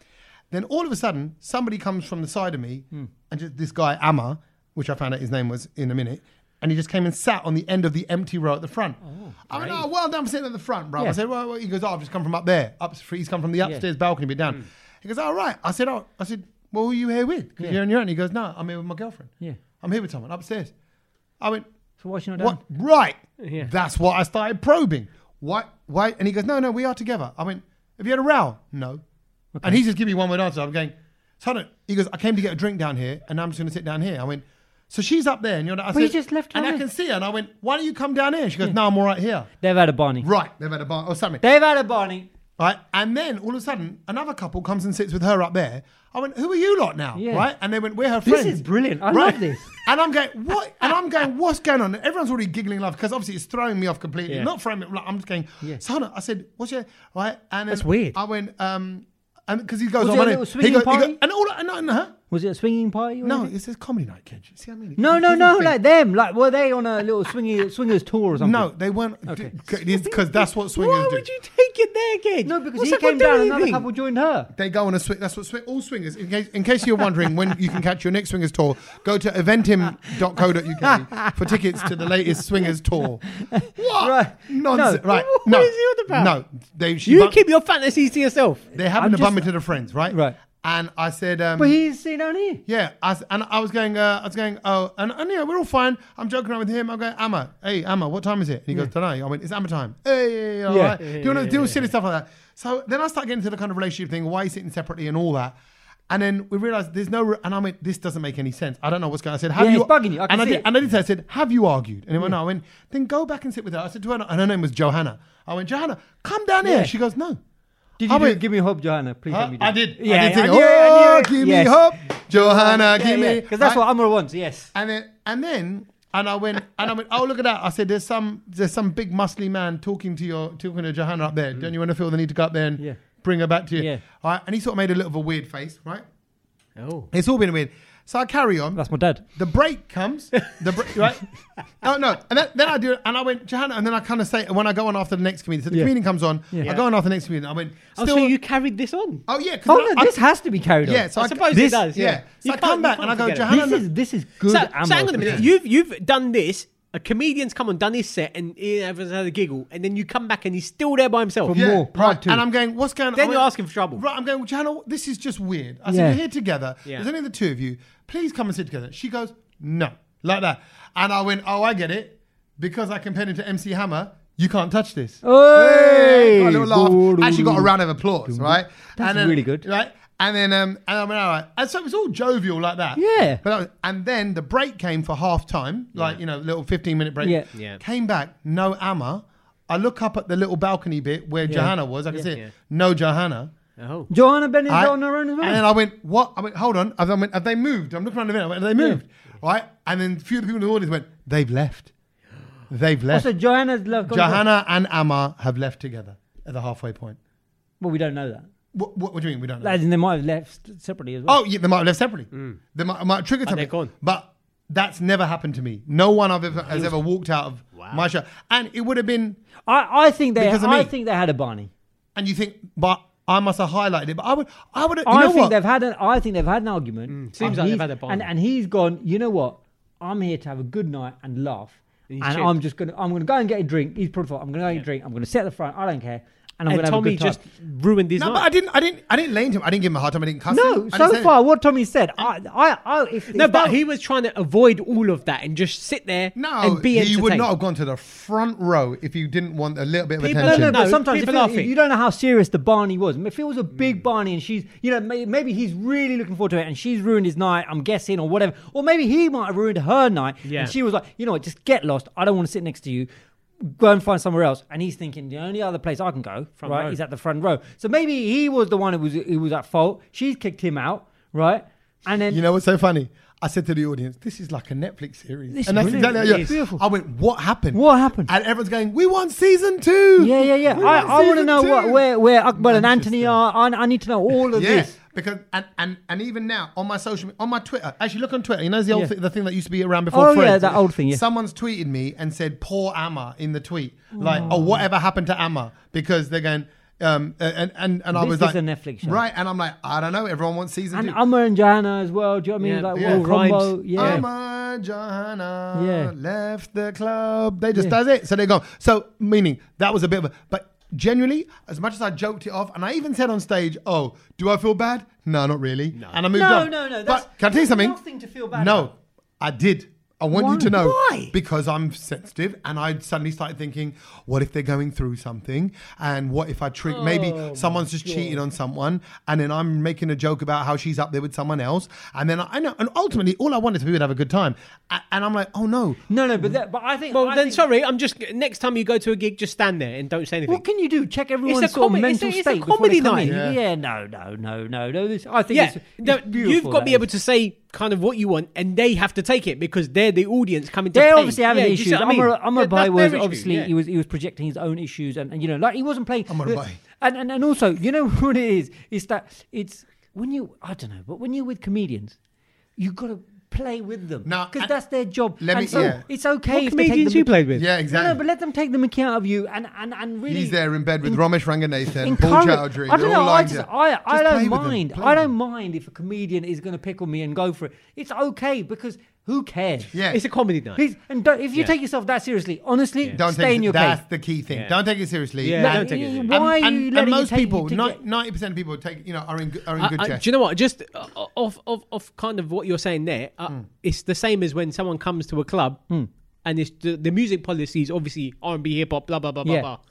Then all of a sudden, somebody comes from the side of me,
Hmm.
and just this guy, Amma, which I found out his name was in a minute, and he just came and sat on the end of the empty row at the front. I went, oh, well done for sitting at the front, bro.
Yeah.
I said, well, well," he goes, oh, I've just come from up there. Up, he's come from the upstairs balcony, but
Hmm.
down. He goes, all right. I said, oh, I said, well, who are you here with? Because
Yeah.
you're on your own. He goes, no, I'm here with my girlfriend.
Yeah.
I'm here with someone upstairs. I went,
So why is she not down?
what? Right.
Yeah.
That's what I started probing. Why? Why? And he goes, no, no, we are together. I went, have you had a row? No. And he's just giving me one word answer. I'm going, so I don't. He goes, I came to get a drink down here, and I'm just going to sit down here. I went, so she's up there, and you're. not- I
Well, you
said-
just left her
And I
there.
can see her, and I went, why don't you come down here? She goes, no, I'm all right here.
They've had a Barney.
Right. They've had a bar or something.
They've had a Barney.
Right. And then all of a sudden, another couple comes and sits with her up there. I went, who are you lot now?
Yeah.
Right. And they went, we're her
This
friends.
is brilliant. I
Right?
love this.
And I'm going, what? And I'm going, what's going on? And everyone's already giggling laugh because obviously it's throwing me off completely.
Yeah.
Not throwing me. Like, I'm just going,
Yeah.
Sana. I said, what's your right? And then
That's weird.
I went, um, and because he goes,
Was
oh,
it
my
a
name.
little
he
swinging
goes, he goes-
party?
and all, and, and her.
Was it a swinging party? Or
No,
anything?
this is comedy night, Kedge. See what I mean? It-
no,
it
no,
doesn't
no.
think-
Like them. Like were they on a little swingy swingers tour or something?
No, they weren't.
Okay.
Because that's what swingers
Why
do.
would you take it there, Kedge?
no, because
What's
he
that got
came
to do
down.
with
Another
anything?
couple joined her.
They go on a swing. That's what swing, all swingers. In case, in case you're wondering when you can catch your next swingers tour, go to eventim.co.uk for tickets to the latest swingers tour. What?
Right.
Nonsense.
No.
Right.
What
no.
is he on about?
No. They, she
You
bun-
keep your fantasies to yourself.
they happened
I'm
to bump
just-
into the friends, right?
Right.
And I said, um,
But he's seen only.
yeah. I, s- and I was going, uh, I was going, oh, and, and yeah, we're all fine. I'm joking around with him. I'm going, Amma, hey, Amma, what time is it? And he goes, don't know. I went, it's Amma time. Hey, all
Yeah.
right. Do you want to do silly stuff like that? So then I start getting into the kind of relationship thing, why you sitting separately and all that. And then we realized there's no, re- and I went, this doesn't make any sense. I don't know what's going on. I said, have
Yeah,
you?
it's bugging you. I
and,
can see
I did,
it.
and I did say, I said, have you argued? And he went, no. I went, then go back and sit with her. I said to her, and her name was Johanna. I went, Johanna, come down here.
Yeah.
She goes, no.
Did
I
you do,
went-
give me hope, Johanna? Please
Huh?
let me do.
I did.
Yeah,
I did think,
I knew it, I
oh,
knew it.
give
Yes.
me hope, Johanna, give me.
Because that's
Right?
what Amra wants. Yes.
And then, and then, and I went, and I went. Oh, look at that! I said, "There's some, there's some big muscly man talking to your, talking to Johanna up there. Don't you want to feel the need to go up there and
Mm. Yeah.
bring her back to you?"
Yeah.
All right. And he sort of made a little of a weird face, right?
Oh.
It's all been weird. So I carry on.
That's my dad.
The break comes. The break, right? oh no! And then, then I do it, and I went Johanna, and then I kind of say when I go on after the next comedian. So the
Yeah.
comedian comes on.
Yeah.
I go on after the next comedian. I went.
Oh,
Still,
so you carried this on?
oh yeah, 'cause
Oh
I-
no,
I-
this has to be carried on.
yeah. So
I
c-
suppose
this-
it does.
yeah.
Yeah.
So I
can't-
come back and
can't
I go,
forget it.
Johanna-
This is this is good.
So,
Amra
so hang on a
content.
minute. You've you've done this. A comedian's come and done his set, and he has had a giggle, and then you come back, and he's still there by himself.
From- more, part
right.
two.
And I'm going, what's going on?
Then
I
you're
went-
asking for trouble.
Right, I'm going, well, Johanna, this is just weird. I
Yeah.
said, you're here together.
Yeah.
There's only the two of you. Please come and sit together. She goes, no, like that. And I went, oh, I get it. Because I compared him to MC Hammer, you can't touch this.
Hey!
Got a little laugh. Actually got a round of applause, right?
That's
then-
really good.
Right? And then, um, and I went, all right. And so it was all jovial like that.
Yeah.
But I was- and then the break came for half time, like, you know, little 15 minute break.
Yeah.
Yeah.
Came back, no Amma. I look up at the little balcony bit where Johanna was. I can see it.
Yeah.
No Johanna.
Oh.
Johanna Ben is
I-
on her own as well.
And then I went, what? I went, hold on. I went, have they moved? I'm looking around the minute. I went, have they moved? Right? And then a few of the people in the audience went, they've left. They've left.
also, Johanna's love.
Johanna and Amma have left together at the halfway point.
Well, we don't know that.
What, what, what do you mean? We don't know.
As in, they might have left separately as well.
Oh, yeah, they might have left separately.
Mm.
They might, might have triggered something.
they're gone.
But that's never happened to me. No one I've ever, has ever walked out of my show. And it would have been,
I, I think they.
Because of
I
me.
think they had a Barney.
and you think, but I must have highlighted it. But I would, I would, you
I
know
think
what?
they've had. An, I think they've had an argument.
Mm, seems
And
like they've
he's-
had a Barney.
And, and he's gone. You know what? I'm here to have a good night and laugh.
he's
And
chipped.
I'm just gonna. I'm gonna go and get a drink. He's probably. thought, I'm gonna go and get a drink. I'm gonna sit at the front. I don't care. And I'm
And
gonna
Tommy
have a good
just
time.
ruined his
No, but I
night.
didn't. I didn't. I didn't lane him. I didn't give him a hard time. I didn't cuss him.
No,
I
so
didn't say-
far what Tommy said, I, I, I if,
No,
if
but
that-
he was trying to avoid all of that and just sit there
No,
and be
you would
entertained.
not have gone to the front row if you didn't want a little bit of
People-
No,
attention.
no,
No,
but sometimes if
people
you,
laughing. Hmm.
if you don't know how serious the Barney was. If it was a big Barney and she's, you know, may, maybe he's really looking forward to it and she's ruined his night, I'm guessing, or whatever. Or maybe he might have ruined her night.
Yeah.
And she was like, you know what, just get lost. I don't want to sit next to you. Go and find somewhere else. And he's thinking the only other place I can go, right,
row.
is at the front row. So maybe he was the one who was, who was at fault. She's kicked him out, right? And then
You know what's so funny? I said to the audience, "This is like a Netflix series,"
This
and that's
is
exactly how
brilliant.
you-
It's beautiful.
I went, "What happened?
What happened?
And everyone's going, "We want season two.
Yeah, yeah, yeah.
We
I,
want
I want to
season
know what,
two."
where where Akbar and Anthony
Manchester.
are. I, I need to know all of
Yeah,
this.
because and, and and even now on my social me- on my Twitter, actually look on Twitter. You know the old
Yeah.
thi- the thing that used to be around before.
Oh, yeah,
Friends?
that old thing, yeah.
Someone's tweeted me and said "poor Amma" in the tweet,
Mm.
like oh whatever happened to Amma because they're going. Um, and and, and I
This
was
is
like
a Netflix show.
right? And I'm like, I don't know. Everyone wants season
And
two.
Amma and Johanna as well. Do you know what I mean?
Yeah,
like
yeah.
all combo.
Rhymes.
Yeah.
Amma Johanna
Yeah.
left the club. They just
Yeah.
does it. So they're gone. So meaning that was a bit of a but generally, as much as I joked it off, and I even said on stage, Oh, do I feel bad? No, not really. And I moved
No,
on.
no, no, that's-
But can I tell you
there's
something?
nothing to feel bad
No.
about.
I did. I want
Why?
you to know
Why?
because I'm sensitive, and I suddenly started thinking, what if they're going through something, and what if I trigger?
Oh
maybe someone's just cheated on someone, and then I'm making a joke about how she's up there with someone else, and then I, I know, and ultimately, all I wanted to do was have a good time, A- and I'm like, oh no,
No, no, but that, but I think.
Well,
I
then
think-
sorry. I'm just next time you go to a gig, just stand there and don't say anything.
What can you do? Check everyone's
a
sort of
comi- it's a-
mental
it's a
state. before
comedy
they come
night.
in.
Yeah.
Yeah. no, no, no, no, no. This, I think
yeah,
it's, it's
no, you've
beautiful,
got to be
that
able
is.
to say kind of what you want, and they have to take it because they're the audience coming. to
They're
pay.
obviously having
Yeah, do you see
issues.
what I mean?
Amar Amar
That- that's
Bai was
their issue,
obviously
yeah.
he was he was projecting his own issues and, and you know like he wasn't playing
Amar
the-
Bai.
And, and and also you know what it is is that it's when you I don't know, but when you're with comedians, you've got to play with them
No,
because
and-
that's their job.
Let me-
and so
yeah.
it's okay
What
if they take
comedians
the
you
mick-
played with?
Yeah,
No,
exactly.
no, but let them take the mickey out of you and and and really
He's there in bed with Ramesh Ranganathan, Paul
encourage-
Chowdhury.
I
they're
don't know.
all
I
lined
just,
up.
I, I
Just
don't
play with them,
mind.
play
I
with
don't
them.
mind if a comedian is going to pick on me and go for it. It's okay because who cares?
Yeah,
It's a comedy night.
Please, and don't, if you
Yeah.
take yourself that seriously, honestly,
don't
stay
take
in
it,
your
That's
cave.
the key thing.
Yeah.
Don't take it seriously.
Yeah,
Like,
don't take it seriously.
Why
and,
are you
and,
letting
and
it
most
take you
people,
to get-
ninety percent of people take you know are in good- are in
I-
good
I-
shape.
do you know what? Just uh, off, off, off kind of what you're saying there, uh,
Hmm.
it's the same as when someone comes to a club and it's the, the music policy is obviously R&B, hip hop, blah, blah, blah,
Yeah.
blah, blah.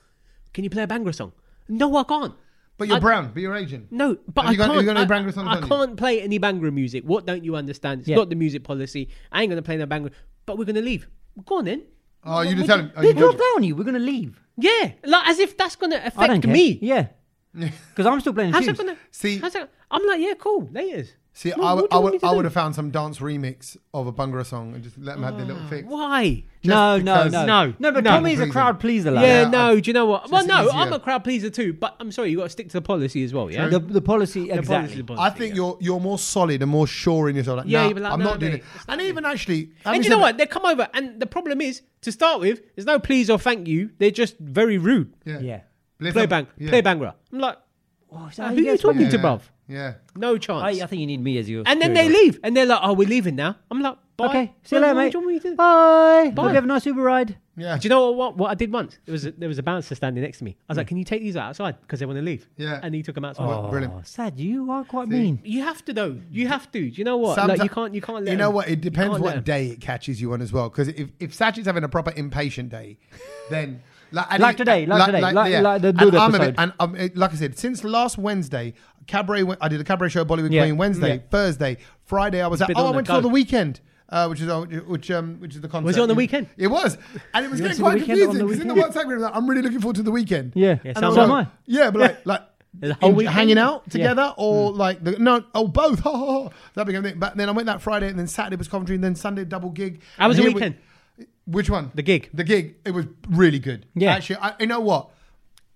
Can you play a Bangra song? No, I can't.
but you're
I-
brown. But you're Asian.
No, but
Have
I
you got- have
can't.
you got any
I-
Bangra songs
I,
on you?
can't play any Bangra music. What don't you understand? It's
Yeah.
not the music policy. I ain't going to play no Bangra. But we're going to leave. Go on then.
Oh, you
Would
just tell him.
you-
oh,
they
you
drop
judge-
down on you. We're going to leave.
Yeah, like as if that's going to
I don't
affect
care.
me.
Yeah, because I'm still playing
How's
tunes.
that going to?
See-
how's that, I'm like, yeah, cool. Laters.
See,
What-
I,
what
would-
do
I
you want me
would
to
I
do?
would have found some dance remix of a Bhangra song and just let them have their
Ah,
little fix.
Why?
No, no,
because-
no,
No,
no. But
no.
Tommy's a
Reason.
crowd pleaser. Like
Yeah,
Yeah,
no,
I-
do you know what? Well,
just
no,
easier.
I'm a crowd pleaser too, but I'm sorry, you got to stick to the policy as well, yeah?
The, the policy exactly.
policy, policy,
I think
yeah.
you're you're more solid and more sure in yourself. Like,
Yeah,
nah,
you'd be like,
I'm
no,
not doing
mate,
it. And even actually,
And
having
you know
said
what? They come over, and the problem is, to start with, there's no please or thank you. They're just very rude.
that-
yeah.
Let's
Play
have-
bang,
yeah.
play bangra. I'm like,
Oh, so
who are
you
you
guys want
talking
me-
Yeah,
to, bruv?
Yeah.
No chance.
I, I think you need me as your.
and then they
security
leave, and they're like, oh, we're leaving now. I'm like, bye.
guard. Okay, see you
What-
later,
what
mate.
do you want me to do?
Bye.
Bye.
Hope you Have a nice Uber ride.
Yeah.
Do you know what, what I did once? There was a, there was a bouncer standing next to me. I was like, "Can you take these outside because they want to leave?"
Yeah.
and he took them outside.
Oh, Brilliant.
Oh, sad. You are quite
See?
mean.
You have to though. You have to. Do you know what? like
Someti-
you can't. You can't. Let
You know
them-
what? It
you
depends
can't let
what
them.
day it catches you on as well. Because if if Satchit's having a proper impatient day, then like, and
Like
it-
today, like today, like- like the
And
dude
I'm a
episode.
bit- and I'm, it- like I said, since last Wednesday, cabaret. went- I did a cabaret show at Bollywood
Yeah.
Queen Wednesday,
Yeah.
Thursday, Friday. I was at.
been
Oh,
on
I
the
went to
go.
the weekend. Uh, which is on- which um which is the concert.
it on the weekend?
It was, and it was
went
getting
to the
quite
weekend on
confusing
the
because in the
weekend?
WhatsApp group, like, I'm really looking forward to the weekend.
Yeah. Yeah,
And
so
was
am
like,
I.
Yeah, but like like
The whole
in-
weekend?
hanging out
Yeah. Mm.
together or like the no oh both ha, ha, ha. that became it. But then I went that Friday and then Saturday was Coventry and then Sunday double gig.
How was
And
the
here we-
weekend?
which one?
The gig.
The gig. It was really good.
Yeah.
Actually, I, you know what?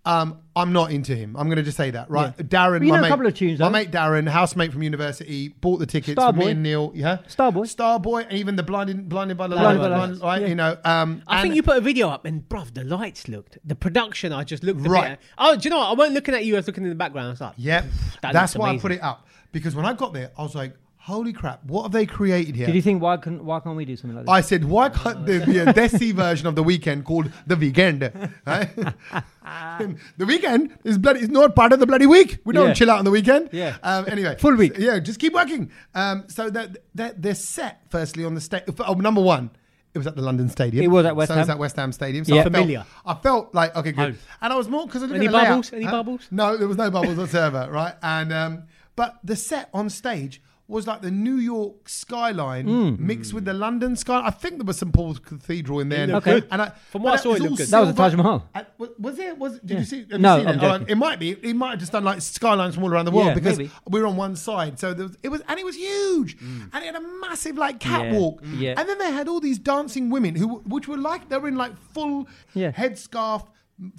Um, I'm not into him. I'm going to just say that, right? Darren,
But you
my
know a
mate,
couple of tunes,
my
though.
mate Darren, housemate from university, bought the tickets for
Starboy.
me and Neil. Yeah,
Starboy.
Starboy, and even the blinded, blinded by the
Blinded
light,
by the
one,
Lights.
right?
Yeah.
You know, um,
I think
and-
you put a video up, and bruv, the lights looked. The production, I just looked. A bit
Right.
at- oh, do you know what? I wasn't looking at you. I was looking in the background. I was like,
Yep.
That
That's
looks
why I
amazing.
put it up because when I got there, I was like, "Holy crap! What have they created here?"
Did you think why can why can't we do something like this?
I said, "Why can't there be a uh, Desi version of the weekend called the weekend?" Right? the weekend is bloody. It's not part of the bloody week. We don't
Yeah.
chill out on the weekend.
Yeah.
Um, anyway,
Full week.
So, yeah, just keep working. Um, so that, that they're set firstly on the stage. Oh, number one. It was at the London Stadium.
It was at West
so It was
Ham.
at West Ham Stadium. So
Yeah.
I felt,
Familiar.
I felt like okay, good.
Home.
And I was more because I
Any
at the layout.
bubbles? Any bubbles?
No, there was no bubbles whatsoever, right? And um, but the set on stage was like the New York skyline
Hmm.
mixed with the London skyline. I think there was St Paul's Cathedral in there.
looked
and-
good.
And I, but
From what I saw,
was
it
all
looked good.
That was the
silver-
Taj Mahal.
I- wa- was it? Was it- did you see? have you
No,
seen
I'm
it? All right,
joking.
it might be. It might have just done like skylines from all around the world
Yeah,
because
maybe. Hmm.
we were on one side. So there was, it was, and it was huge, and it had a massive like catwalk.
Yeah.
And then they had all these dancing women who, which were like they were in like full
Yeah.
headscarf.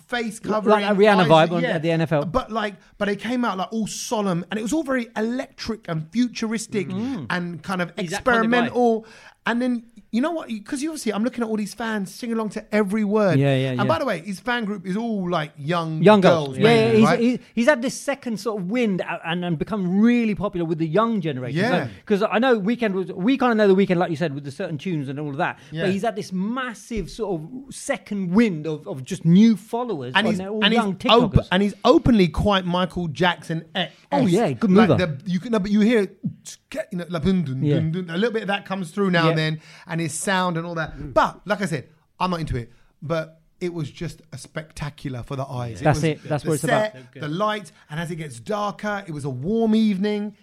Face
Like
covering,
a Rihanna
eyes-
vibe on- at the NFL.
but like, but they came out like all solemn, and it was all very electric and futuristic
Mm.
and kind of
that kind of vibe.
experimental. and then you know what? Because you obviously, I'm looking at all these fans singing along to every word.
Yeah, yeah,
And
yeah.
by the way, his fan group is all like young,
Young girls,
girls.
yeah, yeah,
mainly,
he's,
right?
he's, he's had this second sort of wind a- and, and become really popular with the young generation.
Yeah.
because I know weekend was we kind of know the weekend, like you said, with the certain tunes and all of that.
Yeah.
But he's had this massive sort of second wind of, of just new followers
and
on
he's,
their all
and,
young
he's op-
TikTokers.
and he's openly quite Michael Jackson.
Oh, yeah, good mover.
Like the, you can, no, but you hear, you know, like, dun, dun,
Yeah.
dun, dun, a little bit of that comes through now and
Yeah.
then, and his sound and all that. But like I said, I'm not into it. But it was just a spectacular for the eyes.
That's
was
it. That's
the
what it's about.
set, The lights, and as it gets darker, it was a warm evening.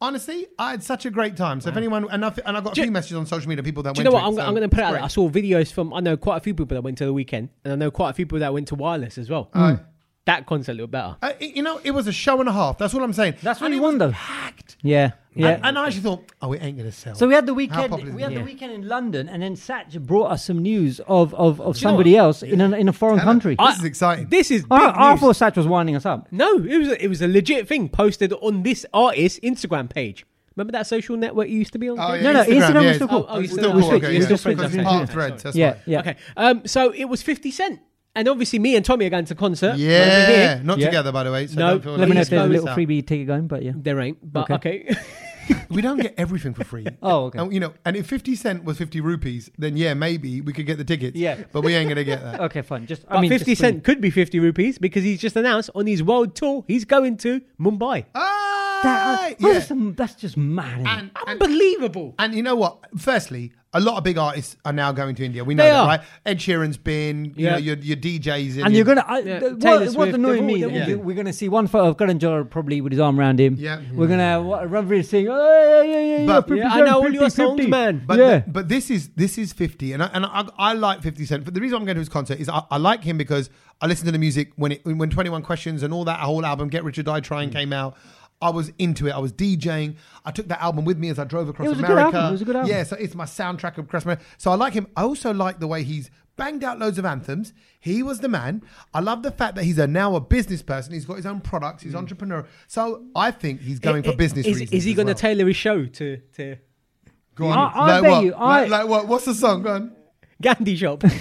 Honestly, I had such a great time. So if anyone and I, and I got a
Do-
few messages on social media, people that
Do you
went
know what?
to
I'm,
it, so
I'm going to put it
it's
out. there.
great.
I saw videos from. I know quite a few people that went to the weekend, and I know quite a few people that went to Wireless as well.
Mm.
That concert looked better.
Uh, you know, it was a show and a half. That's what I'm saying.
That's what
And
he
it was
won, though.
Packed.
yeah, Yeah.
And, and I actually thought, oh, it ain't going to sell.
So we had the
How
weekend.
popular is
We
it?
had the
Yeah.
weekend in London, and then Satch brought us some news of of, of
you know
somebody else in a, in a foreign country.
This is exciting.
This is big
I, I
news.
thought Satch was winding us up.
No, it was a, it was a legit thing posted on this artist's Instagram page. Remember that social network you used to be on?
Oh, yeah,
No, no, Instagram
yeah,
is still cool.
Oh, oh,
it's
you
still
still-
cool.
we're
Okay,
still-
yeah.
we're still
Because
friends,
it's
okay.
part
Yeah,
of threads. That's
Yeah,
why.
yeah.
Okay. Um, so it was 50 Cent. And obviously, me and Tommy are going to concert. over
Yeah,
here.
not
Yeah.
together, by the way. So
No,
don't feel
let
Let me know
like
if there's a
it's
little
out.
freebie ticket going, but yeah.
There ain't, but okay.
We don't get everything for free.
Oh, okay.
And, you know, and if fifty cent was fifty rupees, then yeah, maybe we could get the tickets.
Yeah.
but we ain't gonna get that.
Okay, fine. Just
but
I mean,
50
just bring-
Cent could be 50 rupees because he's just announced on his world tour he's going to Mumbai.
Ah,
That,
yeah.
that's, some- that's just mad. isn't it?
And, and,
Unbelievable.
and you know what? Firstly, a lot of big artists are now going to India. We know
They
that,
are.
right? Ed Sheeran's been. You
Yeah.
know, your your DJs in.
And you're gonna. I,
Yeah,
th- what-
Taylor
what's
Swift, they've
annoying me?
all-
is
they've all-
you- We're gonna see one photo of Karan Johar probably with his arm around him.
Yeah.
We're gonna what, Ravi Singh. Oh yeah, yeah, yeah, yeah.
But-
yeah,
Yeah, I know all your songs, man.
But
yeah.
th- but this is this is fifty, and I, and I, I like Fifty Cent. But the reason I'm going to his concert is I, I like him because I listened to the music when it when Twenty One Questions and all that whole album Get Rich or Die
Mm.
Trying came out. I was into it. I was DJing. I took that album with me as I drove across
It was a good
America.
album. It was a good album.
Yeah, so it's my soundtrack across America. So I like him. I also like the way he's banged out loads of anthems. He was the man. I love the fact that he's a, now a business person. He's got his own products.
Mm.
He's entrepreneur. So I think he's going
I-
for
I-
business
is,
reasons.
Is he
as
going to
well.
tailor his show to, to
Go
I- I bet
what?
you, I-
like, like what? What's the song? Go on.
Gandhi Shop?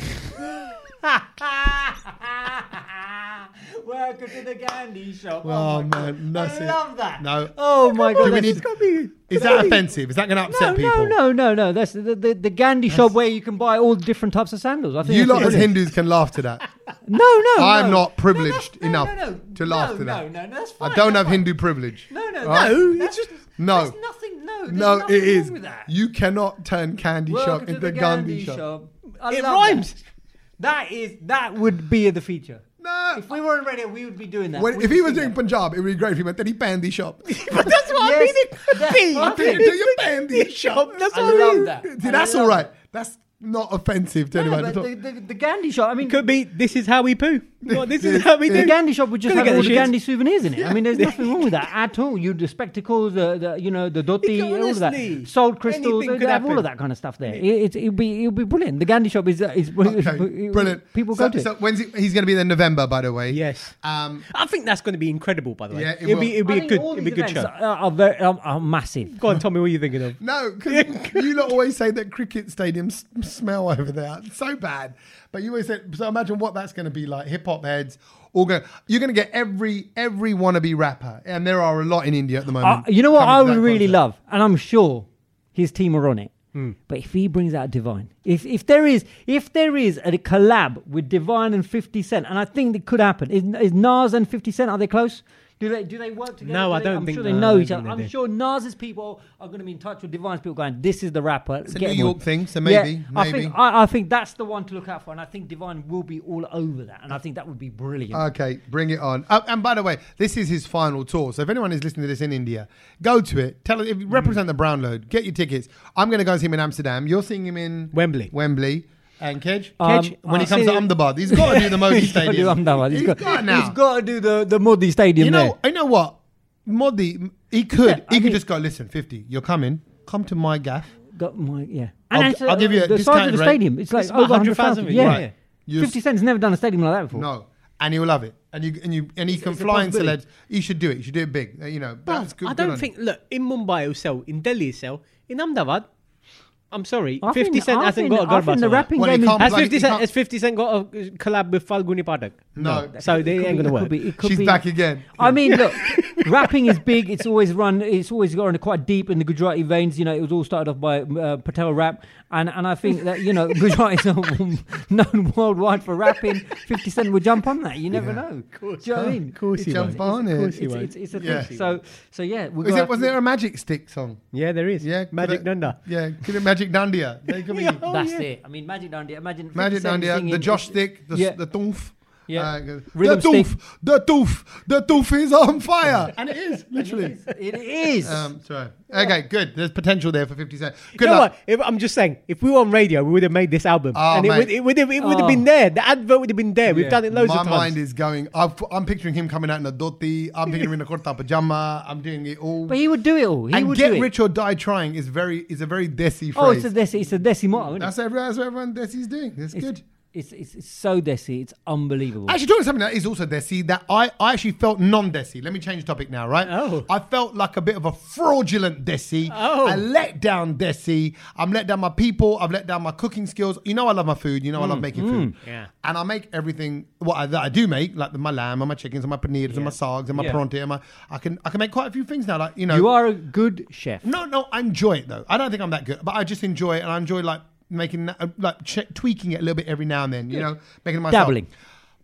Welcome to the Gandhi shop.
Oh, man, that's
I
it.
love that.
No.
Oh my
Do
god.
we
that's-
need- is that offensive? Is that going to
no,
upset
no,
people?
no, no, no. That's the, the, the Gandhi shop where you can buy all different types of sandals. I think
You
that's
lot as
brilliant.
Hindus can laugh to that.
No, no.
I'm
no.
not privileged
No, no,
enough
no, no,
to laugh
no,
to that.
no, no, no, that's
I
fine,
don't
that's
have
fine.
Hindu privilege.
No, no,
Right?
no. That's just
No.
That's nothing. No, there's
No,
nothing
it is.
wrong With that.
You cannot turn Candy
Welcome
Shop
to
into
the
Gandhi, shop.
I
It
love
rhymes.
That. that is that would be the feature.
No.
If we were on radio, we would be doing that.
When,
We
if
would
he was
sing
doing
that.
Punjab, it would be great if he went, then he Bandy Shop.
but that's what I
Yes,
mean. It could
that-
be.
I
Do
think-
your Bandy Shop.
That's
I
what I mean.
love that.
See,
I
that's
love
all right. That's not offensive to
that.
anyone.
No,
at
but
all.
the, the, the Gandhi shop. I mean,
Could be. This is how we poo. Well, this is how we do.
the Gandhi shop would just
Could
have
get
all
the
the
shits.
Gandhi souvenirs in it. I mean, there's nothing wrong with that at all. You the spectacles, the, the you know the dhoti, all of
honestly,
that, sold crystals.
anything
They
could
have all of
happen.
that kind of stuff there. It, it's it'd be it'd be brilliant. The Gandhi shop is is, is
Okay, brilliant.
People
so,
go to
so
it.
when's he, he's going to be there in November, by the way.
Yes.
Um,
I think that's going to be incredible. By the way,
Yeah, it
it will
will.
be. It'll
I
be a
think
good.
all
It'll be
these
a good show.
events Are, are very, are, are massive.
Go on, Tommy. What are you thinking of?
no, 'cause you lot always say that cricket stadiums sm- smell over there. It's so bad. But you always said, so imagine what that's going to be like. Hip hop heads all going, you're going to get every every wannabe rapper. And there are a lot in India at the
Uh,
moment.
you know what
coming
I
to
would
that
really
concert. Hmm.
love, and I'm sure his team are on it. But if he brings out Divine, if if there is if there is a collab with Divine and Fifty Cent, and I think it could happen. Is, is Nas and Fifty Cent are they close? Do they do they work together?
No,
Do
I
they-
don't
I'm
think-
sure they
no, I
know
don't
each
think
other.
they
I'm
do.
sure Nas's people are going to be in touch with Divine's people, going, "This is the rapper."
It's a
get
New
him on."
York thing, so
Yeah,
maybe.
I
maybe.
think I, I think that's the one to look out for, and I think Divine will be all over that, and I think that would be brilliant.
Okay, bring it on. Uh, and by the way, this is his final tour. So if anyone is listening to this in India, go to it. Tell if
Mm.
you represent the Brown Load. Get your tickets. I'm going to go and see him in Amsterdam. You're seeing him in
Wembley.
Wembley. And Kedge,
Um,
Kedge when he
I've
comes to
seen-
Ahmedabad, he's got to do the Modi
He's gotta
Stadium.
do Ahmedabad.
he's got, it now.
He's got to do the, the Modi Stadium
you
there.
know, I know what Modi. He could,
Yeah,
he
I
could
mean-
just go. Listen, fifty, you're coming. Come to my gaff.
Got my yeah.
I'll-
it's, uh,
I'll give you a
the size
discounted
of the
rate.
stadium. It's like
It's about
over
100,000,
100,000. Yeah.
right. You-
Fifty Cent's never done a stadium like that before.
No, and he'll love it. And you and you and he can
it's a
fly in celebs.
possibility.
He should do it. He should do it big. Uh, You know, that's good.
I
good on
don't
him.
think. Look, in Mumbai it'll sell. In Delhi it'll sell. In Ahmedabad, I'm sorry,
I
Fifty
think-
Cent
I
hasn't
think-
got a
I think
godfather.
the rapping
Well, he
game is
can't
Has
Bloody-
Fifty
he
Cent
can't-
has Fifty Cent got a collab with Falguni Padak?
No.
So they
It
ain't
could be-
gonna
it could
work.
be- it could
She's
be-
back again.
I mean, look, rapping is big. It's always run. It's always gone quite deep in the Gujarati veins. You know, it was all started off by uh, Patel rap, and and I think that you know Gujarati's known worldwide for rapping. Fifty Cent will jump on that. You never know. Do you know what I mean? Of
course he
Jump won't. on it. Of course he
It's,
won't.
it's, it's a
Yeah.
thing. So so yeah. we're
Is
gonna
it,
have
was
to-
there a Magic Stick song?
Yeah, there is.
Yeah, could
Magic
it-
Dunda.
Yeah, could it Magic Dundia? They could be
Yeah. Oh,
That's
yeah.
it. I mean, Magic Dundee. Imagine 50
Magic
Cent
Dundia, the
singing-
Josh Stick, the
Yeah.
the Thumf.
Yeah.
Uh, goes, the
Rhythm
doof,
stick.
the doof, the doof is on fire, and it is literally.
It is.
Um, sorry. Okay, good. There's potential there for 50 Cent. Good
you know
luck.
what? If, I'm just saying, if we were on radio, we would have made this album,
Oh,
and it
mate.
would, it would have, it would have
Oh.
been there. The advert would have been there. We've
Yeah.
done it loads
My
of times.
mind is going. I've, I'm picturing him coming out in a dhoti. I'm picturing him in a corta pajama. I'm doing it all.
but he would do it all. He
and
would
get
do it.
rich or die trying is very is a very desi phrase.
oh, it's a desi. It's a desi motto. Isn't it?
that's, every, that's what everyone desi's doing. That's
It's,
good.
It's, it's it's so desi. It's unbelievable.
Actually, talking something that is also desi that I, I actually felt non desi. Let me change topic now, right?
Oh.
I felt like a bit of a fraudulent desi.
Oh.
I let down desi. I'm let down my people. I've let down my cooking skills. You know, I love my food. You know, I
Mm,
love making food.
Yeah.
And I make everything what I, that I do make, like the, my lamb and my chickens and my paneers and my sargs and my
Yeah.
pronte and my. I can I can make quite a few things now. Like you know,
you are a good chef.
no, no, I enjoy it though. I don't think I'm that good, but I just enjoy it, and I enjoy like making that, uh, like che- tweaking it a little bit every now and then. You know, making it myself.
Dabbling.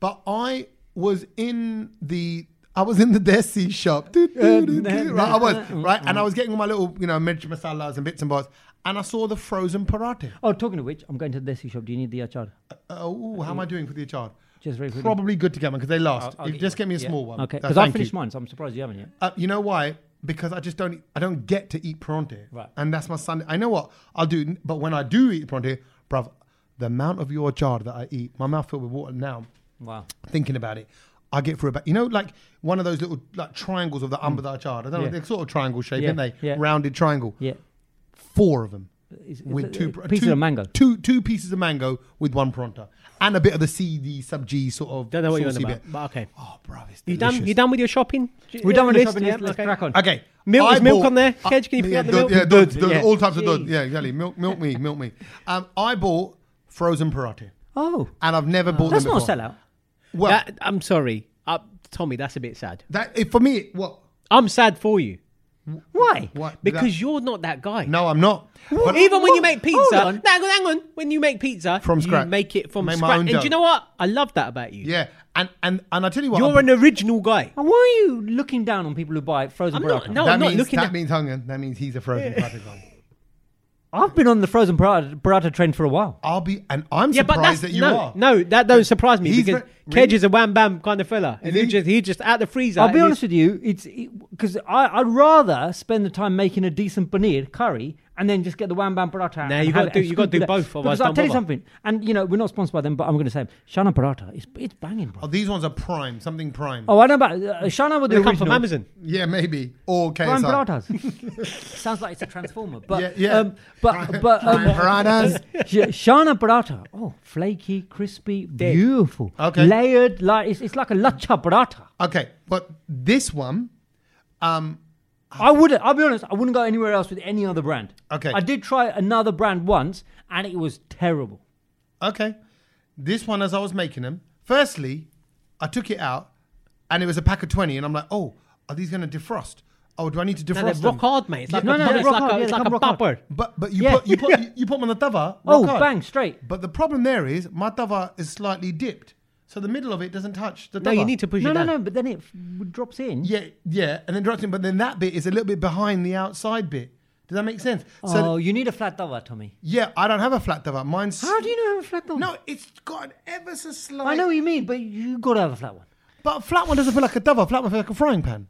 But I was in the. I was in the Desi shop, Doo, doo, doo, doo. right? I was right, and I was getting all my little, you know, mirch masalas and bits and bobs, and I saw the frozen paratha.
Oh, talking of which, I'm going to the desi shop. Do you need the achar?
Oh, how am I doing for the achar?
Just very quickly.
Probably good to get one because they last.
I'll
You
get
just
you
get me a
Yeah.
small one.
Okay,
Uh,
because I
thank
finished
you.
mine, so I'm surprised you haven't yet.
Uh, you know why? Because I just don't. e, I don't get to eat pronte,
Right.
and that's my Sunday. I know what I'll do, but when I do eat pronte, bruv, the amount of your jar that I eat, my mouth filled with water now.
Wow.
Thinking about it, I get through about you know like one of those little like triangles of the
Mm.
umbra jar. I don't know.
Yeah.
They're sort of triangle shape,
Yeah,
aren't they?
yeah.
Rounded triangle.
Yeah.
Four of them
It's- it's
with
a-
two
a
pr-
piece
two-
of mango.
Two two pieces of mango with one pronta and a bit of the CD sub G sort of.
Don't know what you're on
saucy
about,
bit.
but okay.
Oh, bruv, it's
You done?
delicious.
You done with your shopping?
We're done with the
List,
shopping
yeah,
list. Let's
okay.
crack on.
Okay.
Milk-
I
is milk
bought-
on there? Kedge, can
Uh,
you pick
yeah,
up the
dud-
milk?
Yeah, duds,
Duds,
duds,
yeah.
all types of duds.
Jeez.
Yeah, exactly. Milk, milk me, milk me. Um, I bought frozen paratha,
Oh,
and I've never bought
that's
them
not a
before.
sellout.
Well, that,
That- I'm sorry, uh, Tommy. That's a bit sad.
if- for me, what?
I'm sad for you
Why?
What? did
because
that-
you're not that guy.
no, I'm not. But
Even when you
what?
make pizza,
Hold
hang on,
on.
hang on. When you make pizza
From
you
scratch.
make it from
Make my
scratch.
own
And
dough.
do you know what? I love that about you.
yeah, and and and I tell you what,
You're
I-
an original guy.
And why are you looking down on people who buy frozen
I'm
paratha?
not. No,
that
I'm
means
not looking
that
at.
means hang on, that means he's a frozen paratha guy.
I've been on the frozen paratha, paratha trend for a while.
I'll be, and I'm
yeah, but that's
surprised that you
no,
are.
no. That don't surprise me
He's
because
ve-
Kedge is a wham bam kind of fella, and he
he?
just he just out the freezer.
I'll be
and he's-
honest with you, it's because I I'd rather spend the time making a decent paneer curry and then just get the wham bam paratha.
Nah,
and
you
have
gotta
it
do-
and
you gotta
scoop
do
it up.
both, otherwise
Because I'll
don't
tell you
bother.
something, and you know we're not sponsored by them, but I'm going to say them. Shana paratha, it's it's banging,
Oh,
bro.
these ones are prime, something prime.
Oh, I know about uh, Shana will do
They come from
original.
Amazon.
Yeah, maybe or KSI.
Prime Parathas. Sounds like it's a transformer, but
Yeah, yeah.
Um, but but um,
Prime piranhas.
Sh- Shana Paratha. Oh, flaky, crispy, beautiful.
Okay.
Layered, like it's, it's like a lacha paratha.
Okay, but this one, um,
I wouldn't. I'll be honest. I wouldn't go anywhere else with any other brand.
Okay.
I did try another brand once, and it was terrible.
Okay. This one, as I was making them, firstly, I took it out and it was a pack of 20, and I'm like, oh, are these going to defrost? Oh, do I need to
No, they're
defrost
rock
them?
hard, mate. It's like
No,
a,
no, they're
it's
rock
like
hard,
a, it's
yeah,
like a
they come rock
bupper.
hard.
But, but you,
Yeah.
put, you, put, you, you put them on the tava.
Oh,
rock hard.
bang, straight.
But the problem there is my tava is slightly dipped. So the middle of it doesn't touch the
No,
tava.
you need to push
no,
it
no,
down.
no. But then it f- drops in.
Yeah, yeah, and then drops in. But then that bit is a little bit behind the outside bit. Does that make sense? So,
oh, you need a flat tawa, Tommy.
yeah, I don't have a flat tava. Mine's.
How do you know have a flat tawa?
No, it's got an ever so slight.
I know what you mean, but you got to have a flat one.
But a flat one doesn't feel like a tava. A flat one feels like a frying pan.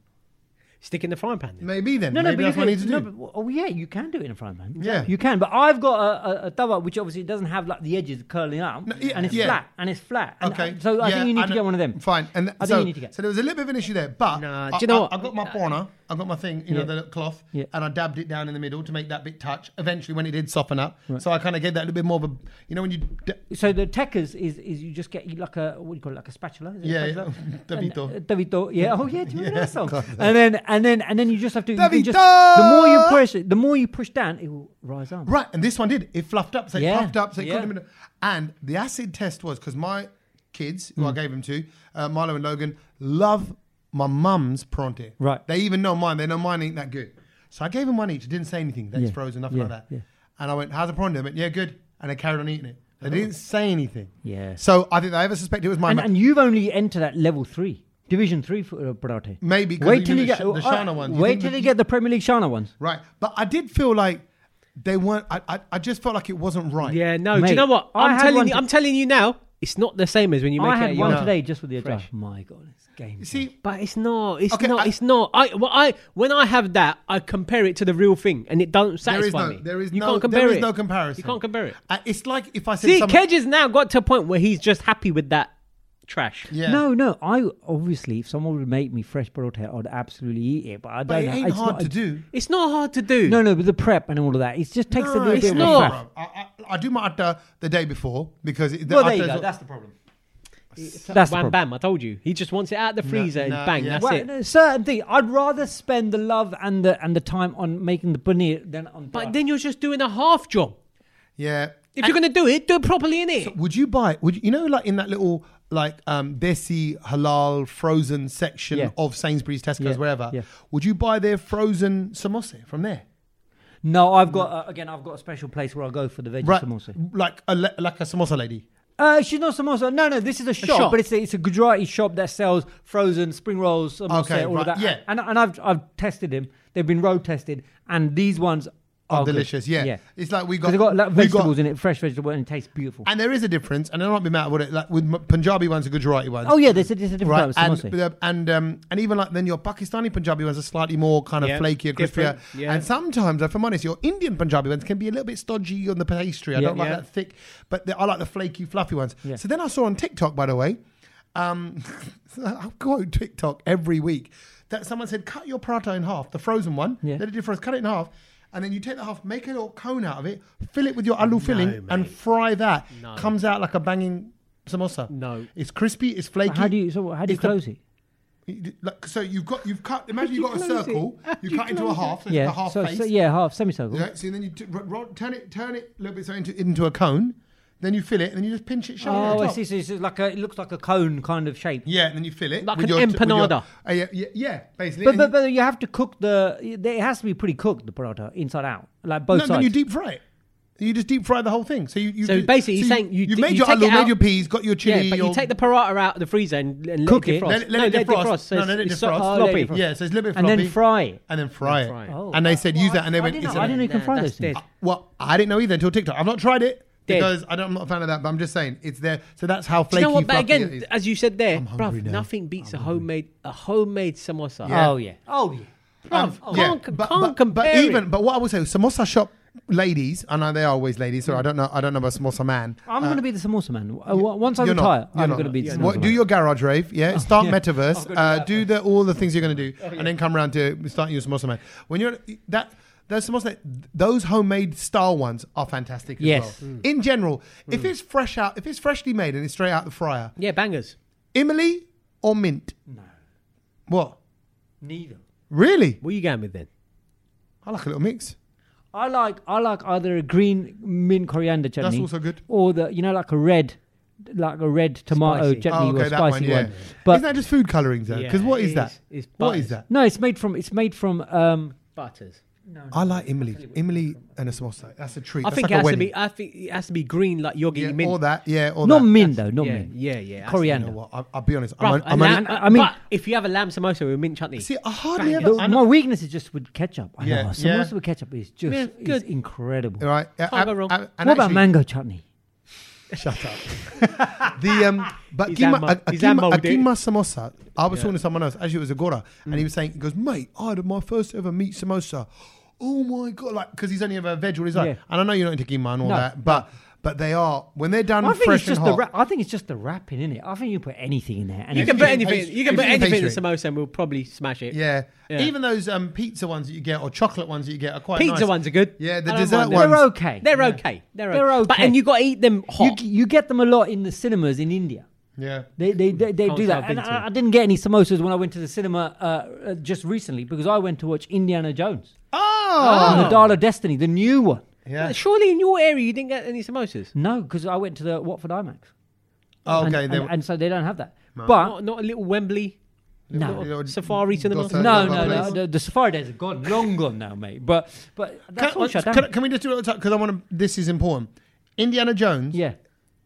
Stick in the frying pan. then.
Maybe then.
No,
Maybe
no, but
that's
you
what I
can,
need to
no,
do.
but- oh yeah, you can do it in a frying pan.
Yeah.
you can. But I've got a, a, a tawa which obviously doesn't have like the edges curling out,
No, yeah,
and it's
yeah.
flat, and it's flat. And,
Okay.
uh, so I
Yeah,
think you need to
know-
get one of them.
Fine. And
I think
so,
you need to get-
so there was a little bit of an issue there, but
Nah,
I,
do you know
I-
what?
I got my porner, I got my thing, you know,
Yeah.
the little cloth,
Yeah.
and I dabbed it down in the middle to make that bit touch. Eventually, when it did soften up, so I kind of gave that a little bit more of a, you know, when you, d-
So the tekkers is is you just get like a what do you call it like a spatula? Is it a
yeah, yeah.
spatula?
Davito.
And, uh, Davito, yeah. Oh yeah, do you remember that song?
God.
And then and then and then you just have to you can just,
Davito!
the more you push it, the more you push down, it will rise up.
Right, and this one did. It fluffed up, so it
Yeah,
puffed up, so it
yeah.
caught him in the- And the acid test was because my kids, who I
Mm.
gave them to, uh, Milo and Logan, love my mum's pronte.
Right.
They even know mine. They know mine ain't that good. So I gave them one each. Didn't say anything. That's
Yeah,
frozen, nothing
yeah,
like that.
yeah.
And I went, "How's the pronte?" They went, "Yeah, good." And they carried on eating it. They didn't say anything.
Oh. Yeah.
So I think they ever suspected it was my
And,
ma-
and you've only entered at level three, division three for uh, Parate.
Maybe 'cause
wait
we
till
do
you
the
get oh,
Sh- the Shana ones. You
Wait
think
till
the-
you get the Premier League Shana ones.
right. But I did feel like they weren't. I, I I just felt like it wasn't right.
Yeah, no. do
Mate,
you know what?
I
I'm
had
telling
one
you.
to-
I'm telling you now. It's not the same as when you make
I
it.
had
at
one
your-
today just with the adjust.
Fresh.
My God, it's game.
See,
But it's not. It's
Okay,
not.
I-
it's not. I, well, I when I have that, I compare it to the real thing, and it doesn't
there
satisfy
is no,
me.
there is
you
no,
can't compare
there is
it.
no comparison.
You can't compare it.
Uh, it's like if I said
See,
something.
Kedge has now got to a point where he's just happy with that trash.
yeah.
No, no. I obviously, if someone would make me fresh boiled hair, I'd absolutely eat it. But I don't.
but it
know.
ain't
It's
hard
not-
to do.
It's not hard to do.
No, no. But the prep and all of that, it just takes a
No,
little
it's
bit. of
not.
prep.
Bro, I, I, I do my atta the day before because it, the
Well, there you
atta's
go.
all-
That's the problem.
That's
That's the
bam,
problem.
bam. I told you. He just wants it out the freezer
no,
and bang.
yeah.
That's
Well,
it.
no, certain thing. I'd rather spend the love and the and the time on making the paneer than on.
But
the,
then you're just doing a half job.
yeah.
If you're going to do it, do it properly in it.
Would you buy? Would you, you know like in that little like um desi halal frozen section
Yeah.
of Sainsbury's, Tesco's,
Yeah,
wherever?
yeah.
Would you buy their frozen samosa from there?
no, I've got uh, again. I've got a special place where I go for the veggie
Right,
samosa.
like a le- like a samosa lady.
Uh, she's not samosa. No, no. This is a shop,
shop.
but it's a, it's a Gujarati shop that sells frozen spring rolls. Samosa,
Okay,
all
right,
of that.
yeah.
And and I've I've tested them. They've been road tested, and these ones are,
Oh,
good.
delicious. Yeah.
yeah.
it's like we got
'Cause They've got like,
we got-
vegetables in it, fresh vegetable, and it tastes beautiful.
and there is a difference, and I might be mad about it. Like with m- Punjabi ones and Gujarati ones.
oh yeah, there's a, there's a different
Right,
type of
and
samosa.
but, uh, and um, and even like then your Pakistani Punjabi ones are slightly more kind of
Yeah,
flakier, crispier,
different, yeah.
and sometimes, if I'm honest, your Indian Punjabi ones can be a little bit stodgy on the pastry. I
Yeah.
don't like
Yeah.
that thick, but the, I like the flaky, fluffy ones.
Yeah.
So then I saw on TikTok, by the way, um, I quote TikTok every week that someone said cut your paratha in half, the frozen one.
Yeah.
Let it difference, cut it in half. And then you take the half, make a little cone out of it, fill it with your aloo filling, and fry that. Comes out like a banging samosa.
No.
it's crispy, it's flaky.
how do you so how do you
It's the-
close it?
Like, so you've got you've cut. Imagine
you
you've got a
close it?
circle.
How do
You
you
cut into a
close
half. So
yeah,
it's a half
so,
face.
so yeah, half semicircle.
Yeah, so then you t- ro- ro- turn it, turn it a little bit so into into a cone. Then you fill it, and then you just pinch it shut.
Oh, I see. So it's like a, it looks like a cone kind of shape.
Yeah, and then you fill it
Like
with
an
your t- with your-
empanada.
uh, yeah, yeah, yeah, basically.
But,
And
but but you have to cook the. It has to be pretty cooked the paratha inside out, like
you,
both
no,
sides.
then you deep fry it. You just deep fry the whole thing. So you, you
So
do-
basically he's saying you
you've
d-
made
you
your
take
aloo,
it
made
out-
your peas, got your chili.
yeah, but
your-
you take the paratha out of the freezer and, and
Cook
let
it.
it defrost.
let, it- let
no,
it defrost.
So
no, let
it's,
it
it's
defrost.
so-
Oh, let
sloppy.
it defrost.
Yeah, so it's a little bit
and
floppy.
then fry it.
And then fry it.
fry it.
Oh.
and they said
Well,
use that,
I-
and they
I
went.
didn't
it's
know- I
an-
didn't know you could
Nah,
fry
that's
those things.
dead.
Well, I didn't know either until TikTok. I've not tried it
Dead.
because I don't, I'm not a fan of that. But I'm just saying it's there. So that's how
Do
flaky.
you know what? But
fluffy
again,
it is.
th- as you said there,
hungry
bruv,
now.
nothing beats a homemade a homemade samosa.
Yeah.
Oh yeah. Oh yeah.
Bruv,
Um, yeah,
can't,
but-
can't
but-
compare
But
it.
even but what I would say, samosa shop ladies. I know they are always ladies. So I don't know. I don't know about samosa man.
I'm gonna be the samosa man. Uh, w- once I
You're not.
retire,
You're
I'm
not.
gonna be the samosa
What-
man.
do your garage rave.
Oh,
Yeah, start
yeah.
metaverse.
I've gotta do
uh,
that
do the all the things you're gonna do, and then come around to starting your samosa man. When you're that. Those samosa, those homemade style ones are fantastic as
Yes.
well. In general,
Hmm.
if it's fresh out, if it's freshly made and it's straight out the fryer,
yeah, bangers.
Emily or mint? No. What?
Neither.
Really?
What are you going with then?
I like a little mix.
I like I like either a green mint coriander chutney.
also good.
Or the you know like a red, like a red tomato
Spicy.
Oh,
chutney or spicy one.
But
But
Isn't that just food colouring though? Because
Yeah,
what
it
is that?
is. It's
what
butter.
is that?
no, it's made from it's made from um,
Butters.
I like Emily. Emily and a samosa. That's a treat.
I
That's
think
like
it
a
has to
wedding.
be. I think it has to be green like yogi
yeah,
mint.
Or that. Yeah. Or
not
that.
mint though, not
yeah,
mint.
yeah, yeah.
You
Coriander.
know what? I, I'll be honest.
Bruv,
I'm,
a
I'm,
lamb-
I mean-
but if you have a lamb samosa with mint chutney,
see, I hardly
Bang
ever.
it.
I
my
know,
weakness is just with ketchup. I
Yeah,
know. Samosa
yeah.
with ketchup is just
Yeah,
is
good.
incredible.
right. Yeah,
Can't go
and-
wrong.
and- and
what about
actually-
mango chutney?
Shut up. the um, but
He's
Kima,
ammo-
a, a,
he's
Kima,
ammoed
a
it.
Kima samosa. I was talking to someone else. Actually, it was a Gora, and
Mm.
he was saying, he goes, mate, I had my first ever meat samosa. Oh my god! Like, because he's only ever a veg all his life,
Yeah.
and I know you're not into Kima and all
No.
that, but but they are when they're done
I think
fresh
it's just
and
the
hot.
ra- I think it's just the wrapping in it. I think you put anything in there. And
you
it's-
can put
it's
anything.
pastry.
You can put
It's
anything in a
pastry.
samosa, and we'll probably smash it.
yeah.
Yeah.
even those um, pizza ones that you get or chocolate ones that you get are quite
Pizza
nice.
ones are good.
Yeah, the
I don't
dessert
mind them.
ones.
they're okay.
They're okay. They're,
They're
okay. But
okay.
and you got to eat them
you,
hot.
you get them a lot in the cinemas in India.
Yeah,
They they they, they
Can't
do
say
that.
I've been
And
to.
I, I didn't get any samosas when I went to the cinema uh, uh, just recently because I went to watch Indiana Jones and the
Oh,
Dial of Destiny, the new one.
yeah.
Surely in your area you didn't get any samosas.
No, because I went to the Watford IMAX.
Oh,
And-
okay,
and,
they-
and, so they don't have that. But
Not, not a little Wembley
no,
little-
safari cinema.
Gossip.
no,
Not
no,
that
no.
place.
The, the safari days are gone, long gone now, mate. But but that's
Can,
all
I-
shut down.
can I- can we just do it because I want to? This is important. Indiana Jones.
yeah.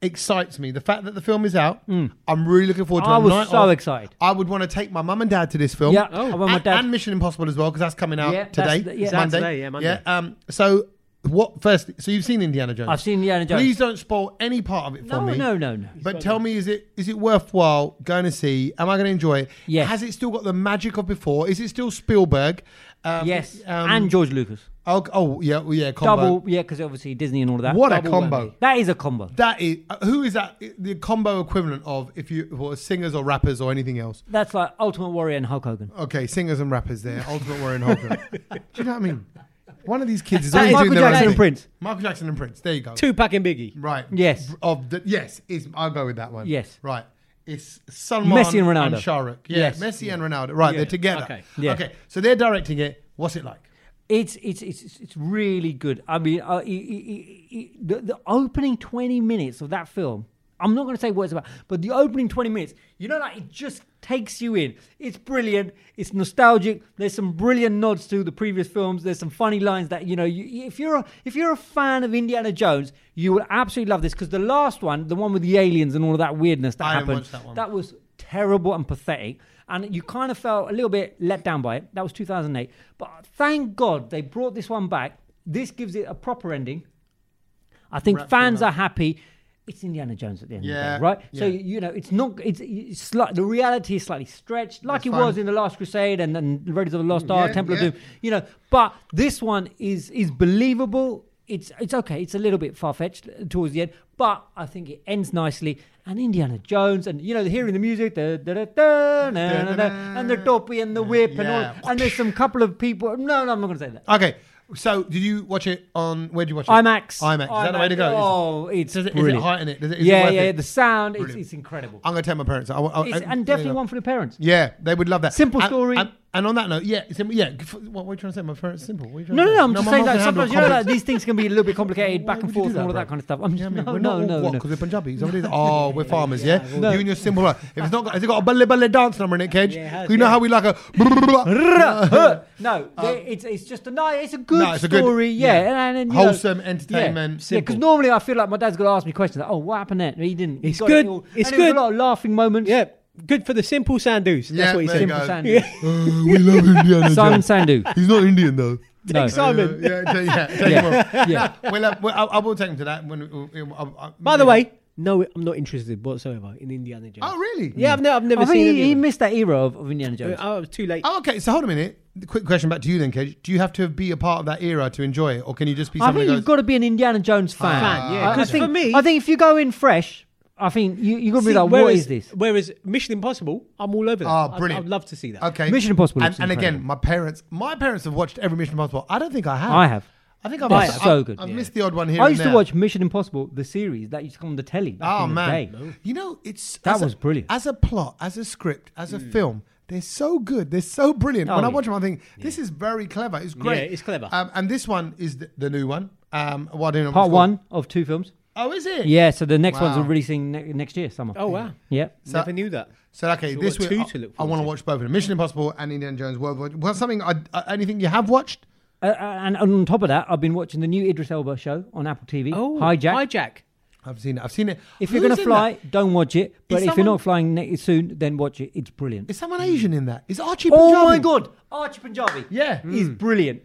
excites me. The fact that the film is out, I'm really looking forward to it.
Hmm. I
A
was
night
so
off.
excited.
I would want to take my mum and dad to this film.
Yeah, Oh. I want my
and,
dad-
and Mission Impossible as well because that's coming out
Yeah, that's
today.
the- yeah.
It's
That's
Monday.
today, yeah, Monday.
um, so what first? So you've seen Indiana Jones.
I've seen Indiana Jones.
Please don't spoil any part of it
no,
for me.
no, no, no.
But tell me, is it is it worthwhile going to see? Am I going to enjoy it?
Yes.
Has it still got the magic of before? Is it still Spielberg? Um,
yes,
um,
and George Lucas.
oh, oh, yeah, well, yeah, combo.
Double, yeah, because obviously Disney and all of that.
What a
Double
combo.
whammy. That is a combo.
That is uh, who is that? The combo equivalent of if you well, singers or rappers or anything else.
That's like Ultimate Warrior and Hulk Hogan.
Okay, singers and rappers there. Ultimate Warrior and Hogan. Do you know what I mean? One of these kids is always
That is
doing
Michael
their own
Jackson and
thing.
Prince.
Michael Jackson and Prince. There you go.
Tupac and Biggie.
Right.
Yes.
Of the, yes, is I'll go with that one.
Yes.
Right. It's Salman
Messi and Ronaldo.
Shahrukh. Yeah,
Yes.
Messi and Ronaldo. Right,
Yeah.
they're together.
Okay.
Okay.
Yeah.
So they're directing it. What's it like?
It's it's it's it's- it's really good. I mean, uh, it, it, it- it- the, the opening twenty minutes of that film. I'm not going to say what it's about, but the opening twenty minutes, you know, like it just takes you in. It's brilliant. It's nostalgic. There's some brilliant nods to the previous films. There's some funny lines that you know. You, if you're a, if you're a fan of Indiana Jones, you will absolutely love this because the last one, the one with the aliens and all of that weirdness that
I haven't
happened,
watched that one.
that was terrible and pathetic. And you kind of felt a little bit let down by it. That was 2008. But thank God they brought this one back. This gives it a proper ending. I think
Wraps it
fans
up.
are happy. It's Indiana Jones at the end
Yeah,
of the day, right? So,
yeah.
you know, it's not, it's, it's sli- the reality is slightly stretched, like
That's
it
fine.
was in The Last Crusade and, and Raiders of the Lost Ark,
yeah,
Temple
yeah.
of Doom, you know. But this one is is believable. It's it's okay. It's a little bit far fetched towards the end, but I think it ends nicely. And Indiana Jones, and you know, hearing the music, da, da, da, da, na, na, na, and the dopey and the whip, and
Yeah.
all. And there's some couple of people. No, no, I'm not going to say that.
Okay. So did you watch it on where did you watch it?
IMAX.
IMAX. Is that the way to go? Is-
Oh, it's
Does it, is it
brilliant.
heighten it? Does it is it
yeah,
worth
yeah.
it?
The sound, it's,
Brilliant.
it's incredible.
I'm gonna tell my parents. I, I,
It's,
I-
and
yeah.
definitely one for the parents.
Yeah, they would love that.
Simple
And-
story.
And, and on that note, yeah, sim- yeah. f- What were you trying to say? My parents simple. What were you trying
No,
to
no,
say?
no. I'm just
my mum
saying that
can handle
sometimes you know
complex-
that these things can be a little bit complicated,
Why
back and
would you
forth,
do
and all of
bro?
that kind of stuff. I'm
You know
just,
what I mean?
no,
We're not
no,
all-
no,
what,
no.
Because we're Punjabis. Everybody's, oh, we're farmers, yeah?
No.
You and your simple life. If it's not got, has it got a belly belly dance number in it, Kedge?
Yeah, it has,
you know
yeah.
how we like a.
No, they- it's it's just a nice, it's a good
No, it's a good-
story, yeah,
yeah.
and, and, you know,
Wholesome entertainment.
Yeah,
Simple.
because normally I feel like my dad's gonna ask me questions. Like, oh, what happened then? He didn't. He
It's
got it
good,
all.
it's
and there was
good.
A lot of laughing moments.
Yeah, good for the simple Sandus. That's
Yeah,
what he
there
said.
you
Simple
go.
Sandu.
Uh, we love Indiana
Simon
Jones.
Sandu.
He's not Indian, though.
No.
Take Simon.
Uh, yeah, take- yeah, take
Yeah.
him off.
Yeah.
No, we'll, uh, we'll- I, I will take him to that. When, uh, uh, uh,
By the way, no, I'm not interested whatsoever in Indiana Jones.
Oh, really?
Yeah, I've, ne- I've never
I
seen
think he, he
any of
missed that era of, of Indiana
them.
Jones.
Oh, I was too late.
Oh, okay. So hold a minute. Quick question back to you then, Kedge. Do you have to be a part of that era to enjoy it, or can you just be
I
someone
think
who
you've
goes,
got to be an Indiana Jones fan.
Fan, yeah,
I- I
'cause
think-
for me-
I think if you go in fresh, I think you you got to be
See,
like, what
whereas,
is this?
Whereas Mission Impossible, I'm all over that.
Ah,
I'd-
brilliant.
I'd, love to see that.
Okay.
Mission Impossible
And,
looks
and again,
incredible.
my parents, my parents have watched every Mission Impossible. I don't think I have.
I have.
I think I've
It's
missed,
so
I've,
good,
I've
yeah.
missed the odd one here.
I
and
used to
there.
watch Mission Impossible, the series that used to come on the telly. Back
Oh
in the
man,
day.
you know it's
That
as a-
was brilliant.
As a plot, as a script, as
Mm.
a film, they're so good. They're so brilliant. when I
Oh, yeah.
watch them, I think this is very clever. It's great.
Yeah, it's clever.
Um, and this one is the, the new one. Um, well, I don't know what it's
Part
called.
one of two films.
Oh, is it?
Yeah, so the next one's
Wow.
releasing ne- next year, summer.
Oh wow,
Yeah.
So-
never knew that.
So okay,
So
this
what
week
two
I,
to look
I
forward
want to
to?
watch both of them: Mission Impossible and Indiana Jones World War. Well, something I, uh, anything you have watched?
Uh, uh, and on top of that, I've been watching the new Idris Elba show on Apple TV.
Oh,
Hijack.
Hijack.
I've seen it. I've seen it.
If you're
Who's
going to
in
fly,
that?
don't watch it. But if you're
someone-
not flying ne- soon, then watch it. It's brilliant.
is someone Asian in that? Is Archie?
oh
Punjabi?
my
Mm.
God. Archie Punjabi.
Yeah.
He's brilliant.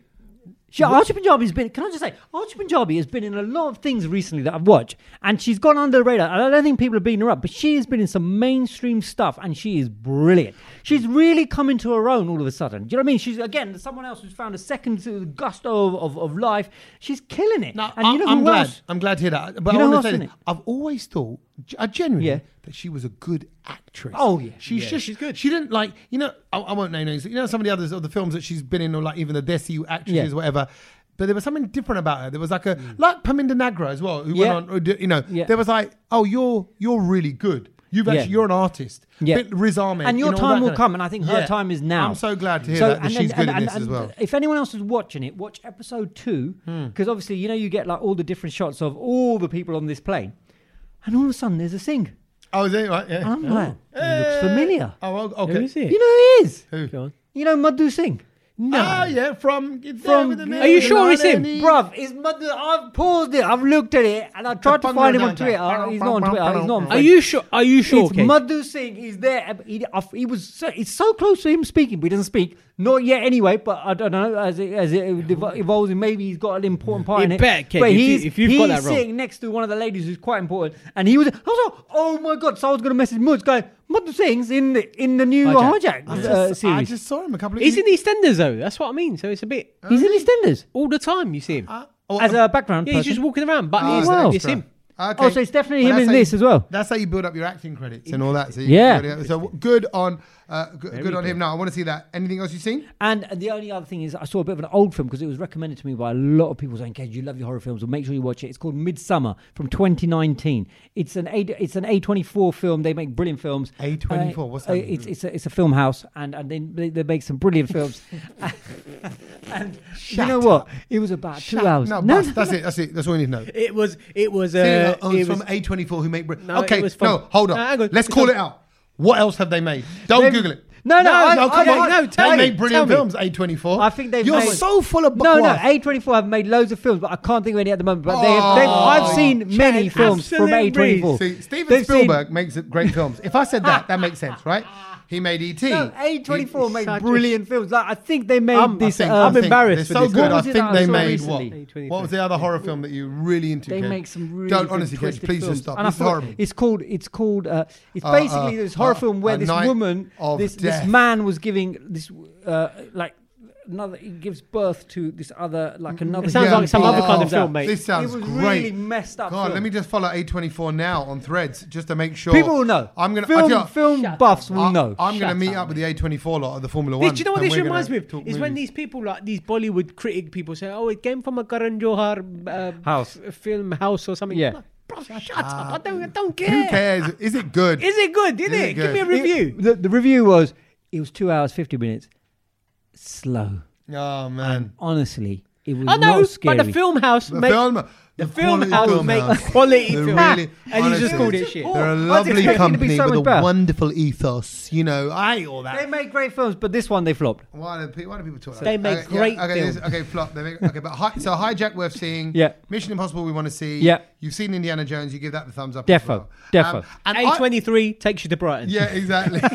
She, Archie Punjabi's been, can I just say, Archie Punjabi has been in a lot of things recently that I've watched, and she's gone under the radar. And I don't think people have beaten her up, but she has been in some mainstream stuff, and she is brilliant. She's really come into her own all of a sudden. Do you know what I mean? She's, again, someone else who's found a second sort of gusto of, of, of life. She's killing it.
No,
and
I,
you know
I'm
who
glad.
else?
I'm glad to hear that. But
You
I
know who
want
else
to say,
in
this.
it?
I've always thought, I genuinely,
Yeah.
that she was a good actress.
Oh, yeah.
she's
Yeah,
just
she's good.
She didn't like, you know, I, I won't name names. You know, some of the others of the films that she's been in, or like even the Desi actresses,
Yeah. Mm.
or whatever. But there was something different about her. There was like a like Paminda Nagra as well, who
Yeah.
went on. who did- You know,
Yeah.
there was like, oh, you're you're really good. You've
Yeah.
actually you're an artist.
Yeah.
Bit Riz Ahmed,
And your
you know, all that
time will
kind of-
come, and I think her
Yeah.
time is now.
I'm so glad to hear
So-
that, that
and
she's
then-
good
and-
in this
and-
as
and
well. Hmm.
If anyone else is watching it, watch episode two because obviously you know you get like all the different shots of all the people on this plane, and all of a sudden there's a sing.
Oh, is it right? Yeah.
And I'm like, it looks familiar.
oh, okay.
Who is it?
You know who it is?
Go on.
You know Madhu Singh.
No. Oh yeah, from it's there
From-
with the
Are
man
you
with the
sure
line
it's him?
and he-
Bruv, is Madhu? I've paused it. I've looked at it, and I tried to
Bangla
find him on
Danta.
Twitter. Oh, He's not on Twitter. He's not. On
Are
Are
Facebook.
you sure? Are you sure?
It's
Kev?
Madhu Singh. He's there. He, he was. So, it's so close to him speaking, but he doesn't speak. Not yet, anyway. But I don't know as it, as it dev- evolves, and maybe he's got an important part
You
in it.
bet, Kev,
but
if you-
he's
if you've
he's
got that wrong.
sitting next to one of the ladies who's quite important, and he was. I was like, oh my god! So I was going to message Moods, going, what the things in the in the new
Hijack.
hijack,
I,
uh,
just, I
series?
just saw him a couple of
He's in
years.
EastEnders though. That's what I mean. So it's a bit
he's in EastEnders
all the time you see him.
Uh, oh,
as a background.
yeah, he's
Ah, person.
just walking around, but
Ah,
it's,
wow.
it's him.
Okay.
Oh, so it's definitely him
that's
in
how you-
this as well.
That's how you build up your acting credits and all that. So you-
Yeah.
So good on, uh, g- good, on him. Now I want to see that. Anything else you've seen?
And the only other thing is, I saw a bit of an old film because it was recommended to me by a lot of people saying, "Kez, you love your horror films, well, make sure you watch it." It's called Midsummer from 2019. It's an A, it's an A24 film. They make brilliant films.
A24, what's that?
uh, It's it's a, it's a film house, and and they they make some brilliant films. and you know what? It was about two hours.
No,
No,
bust. that's it. That's it. That's all you need to know.
It was. It was.
Clear
Uh,
oh,
it
it's
was
from A24 who make. Brit-
No,
okay,
it was from-
no, hold on.
No, hang on.
Let's
It's
call
on-
it out. What else have they made? Don't Google it.
no, no, I,
no,
I,
come on.
I,
no, tell
they
me,
make brilliant
tell me.
films. A24.
I think they've
You're
made-
so full of
No, no,
bukwas.
A24 have made loads of films, but I can't think of any at the moment. But they have, they've,
Oh,
I've seen many
Chad,
films from
absolute
A24.
See, Steven
They've seen-
Spielberg makes great films. If I said that, that makes sense, right? He made E.T.
No, A24
He-
make
such a-
brilliant films. Like I think they made
I
this.
think-
uh,
I
I'm
think
embarrassed
They're so
for this.
good.
What
I
was it
think
that I
they
saw
made
recently?
what? What was the other horror film that you really into?
They
Kev?
make some really
Don't
good
honestly, Kev,
twisted
please
films.
just stop.
And I
This is
thought
horrible.
It's called. It's called. Uh, it's
Uh,
basically
uh,
this horror
uh,
film where
A
this
Night
woman,
of
this
Death.
this man was giving this uh, like another. He gives birth to this other Mm-hmm. like another.
It sounds
human
like some
being.
other kind of
Yeah.
film, mate.
Oh. This sounds
it was
great.
really messed up.
God,
film.
let me just follow A24 now on Threads just to make sure.
People will know.
I'm gonna I
film,
tell you-
film buffs will know.
I'm going to meet up with the A24 lot of the Formula
This-
One.
do you know what
and
this
we're gonna
reminds me of? Is
talk
when
movies.
these people, like these Bollywood critic people, say, "Oh, it came from a Karan Johar uh,
House.
f- film house or something."
Yeah.
Like, Bro, shut up! I don't, I don't
Ah. Who
care.
cares? Is it good?
Is it good? Isn't
Is
it?
it
Give me a
good?
review.
The, the review was. It was two hours fifty minutes. Slow.
oh man,
Honestly, it was
I know,
not scary.
but the film house
the
make
film,
the film
quality
house
film
make
house.
quality
They're
film,
really-
and he's just
honestly,
called it shit.
Oh,
They're
I
a
was
lovely
expecting it to be
company
so
with a
much better.
wonderful ethos. You know, I hate all that.
They made great films, but this one they flopped.
Why do, pe- why do people talk like
They
that?
make
okay, yeah,
great
okay,
films.
this- okay, flop. They make, okay, but hi, so hijack worth seeing.
Yeah.
Mission Impossible we want to see.
Yeah.
You've seen Indiana Jones. You give that the thumbs up.
Defo,
As well. Um,
defo.
and
A
I-
twenty three takes you to Brighton.
yeah, exactly.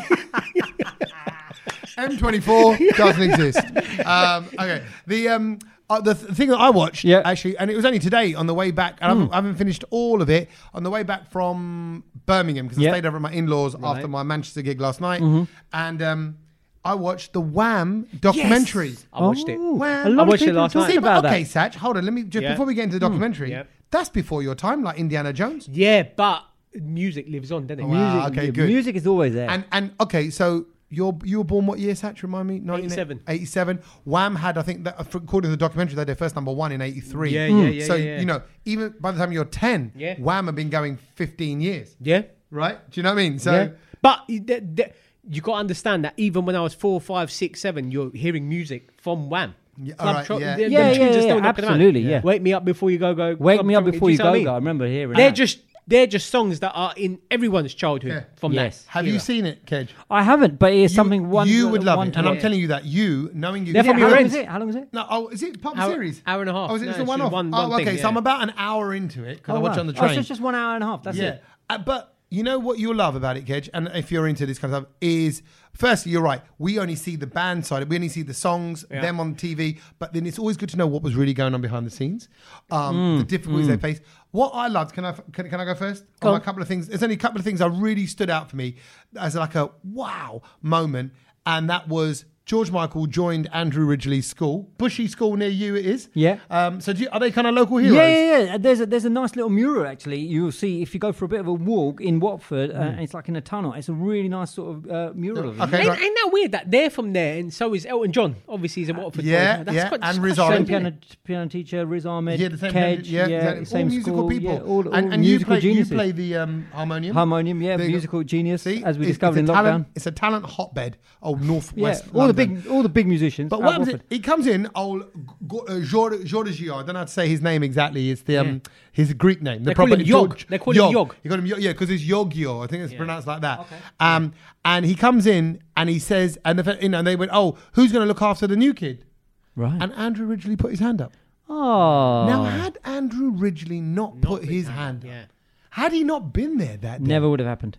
M24 doesn't exist. Um, okay, the um, uh, the th- thing that I watched
Yeah.
actually, and it was only today on the way back, and I,
Hmm.
haven't, I haven't finished all of it on the way back from Birmingham because
Yeah.
I stayed over at my in-laws after my Manchester gig last night,
Mm-hmm.
and um, I watched the Wham documentary.
I watched it.
Well, I
a lot of
watched it
people
last
talk
night.
See,
about
but, okay,
that.
Satch, hold on. Let me just
Yeah. Hmm.
before we get into the documentary.
yeah.
That's before your time, like Indiana Jones.
Yeah, but music lives on, doesn't it?
wow.
Music,
okay,
the
good.
music is always there.
And and okay, so you're you were born what year, Satch? Remind me,
87.
87. Wham had, I think, that, uh, according to the documentary, they had their first number one in eighty three.
Yeah, yeah, yeah,
So
yeah, yeah.
you know, even by the time you're ten,
Yeah.
Wham have been going fifteen years,
Yeah,
right? Do you know what I mean? So.
yeah. But you- th- th- you got to understand that even when I was four, five, six, seven, you're hearing music from Wham.
Yeah,
Club
alright,
Tro-
yeah.
the- the
Yeah,
tunes
yeah,
are still
yeah,
knocking around.
absolutely, yeah.
Wake me up before you go go.
Wake
Club
me up
Tro-
before
do
you
see what
go.
I mean?
go. I remember hearing
They're
that.
just they're just songs that are in everyone's childhood
Yeah.
from
Yes.
that.
Have you
era.
seen it, Kedge?
I haven't, but it's something one
you would love
one
it,
to
and I'm
watch.
telling you that you, knowing you,
Is it-
from your
how long
ends.
is it? How long is it?
No, oh, is it part of the
Hour-
series?
hour and a half.
Oh, is it
No,
just a
it's just
one-off?
one-
oh,
one
okay.
thing,
So I'm
yeah.
about an hour into it because I
Oh,
watch
wow.
it on the
Oh, so
train.
it's just one hour and a half. That's
yeah,
it.
Uh, but you know what you'll love about it, Kedge, and if you're into this kind of stuff, is firstly you're right. We only see the band side. We only see the songs, them on TV. But then it's always good to know what was really going on behind the scenes, um,
Hmm.
the difficulties they face. What I loved, can I can, can I go first?
Go
on
on.
a couple of things. There's only a couple of things that really stood out for me as like a wow moment, and that was. George Michael joined Andrew Ridgely's school, Bushy School near you. It is.
Yeah.
Um, so do you, are they kind of local heroes?
Yeah, yeah, yeah. There's a, there's a nice little mural actually. You'll see if you go for a bit of a walk in Watford, uh, and it's like in a tunnel. It's a really nice sort of uh, mural. Of it.
Hmm. Okay.
Ain't,
right.
ain't that weird that they're from there and so is Elton John? Obviously, he's a Watford boy.
Yeah,
That's
yeah,
quite-
and
that's
Riz
quite
Ahmed.
Same
strange, isn't
piano,
it?
piano teacher, Riz Ahmed,
Yeah, the same.
Kedge,
yeah, exactly.
same
all musical
school,
people.
yeah, all, all
and and
musical
you play,
geniuses.
you play the um, harmonium.
Harmonium, yeah,
There you go.
musical genius,
See,
as we
it's-
discovered
it's
in
a
lockdown.
talent- it's a talent hotbed. Oh, northwest.
yeah, all the
London.
big, all the big musicians.
But
at
what happens?
Watford.
is He comes in. Old G- uh, Gior- Giorgio. I don't know how to say his name exactly. It's the um, his Greek name. The
They call him Yog.
George-
They call him Yog.
You got him. Yog- Yeah, because it's Yogio. I think it's pronounced like that. Um, and he comes in and he says, and the, you know, and they went, oh, who's going to look after the new kid?
right.
And Andrew Ridgely put his hand up.
oh,
Now, had Andrew Ridgely not, put his hand, up,
yeah.
had he not been there that day,
never would have happened.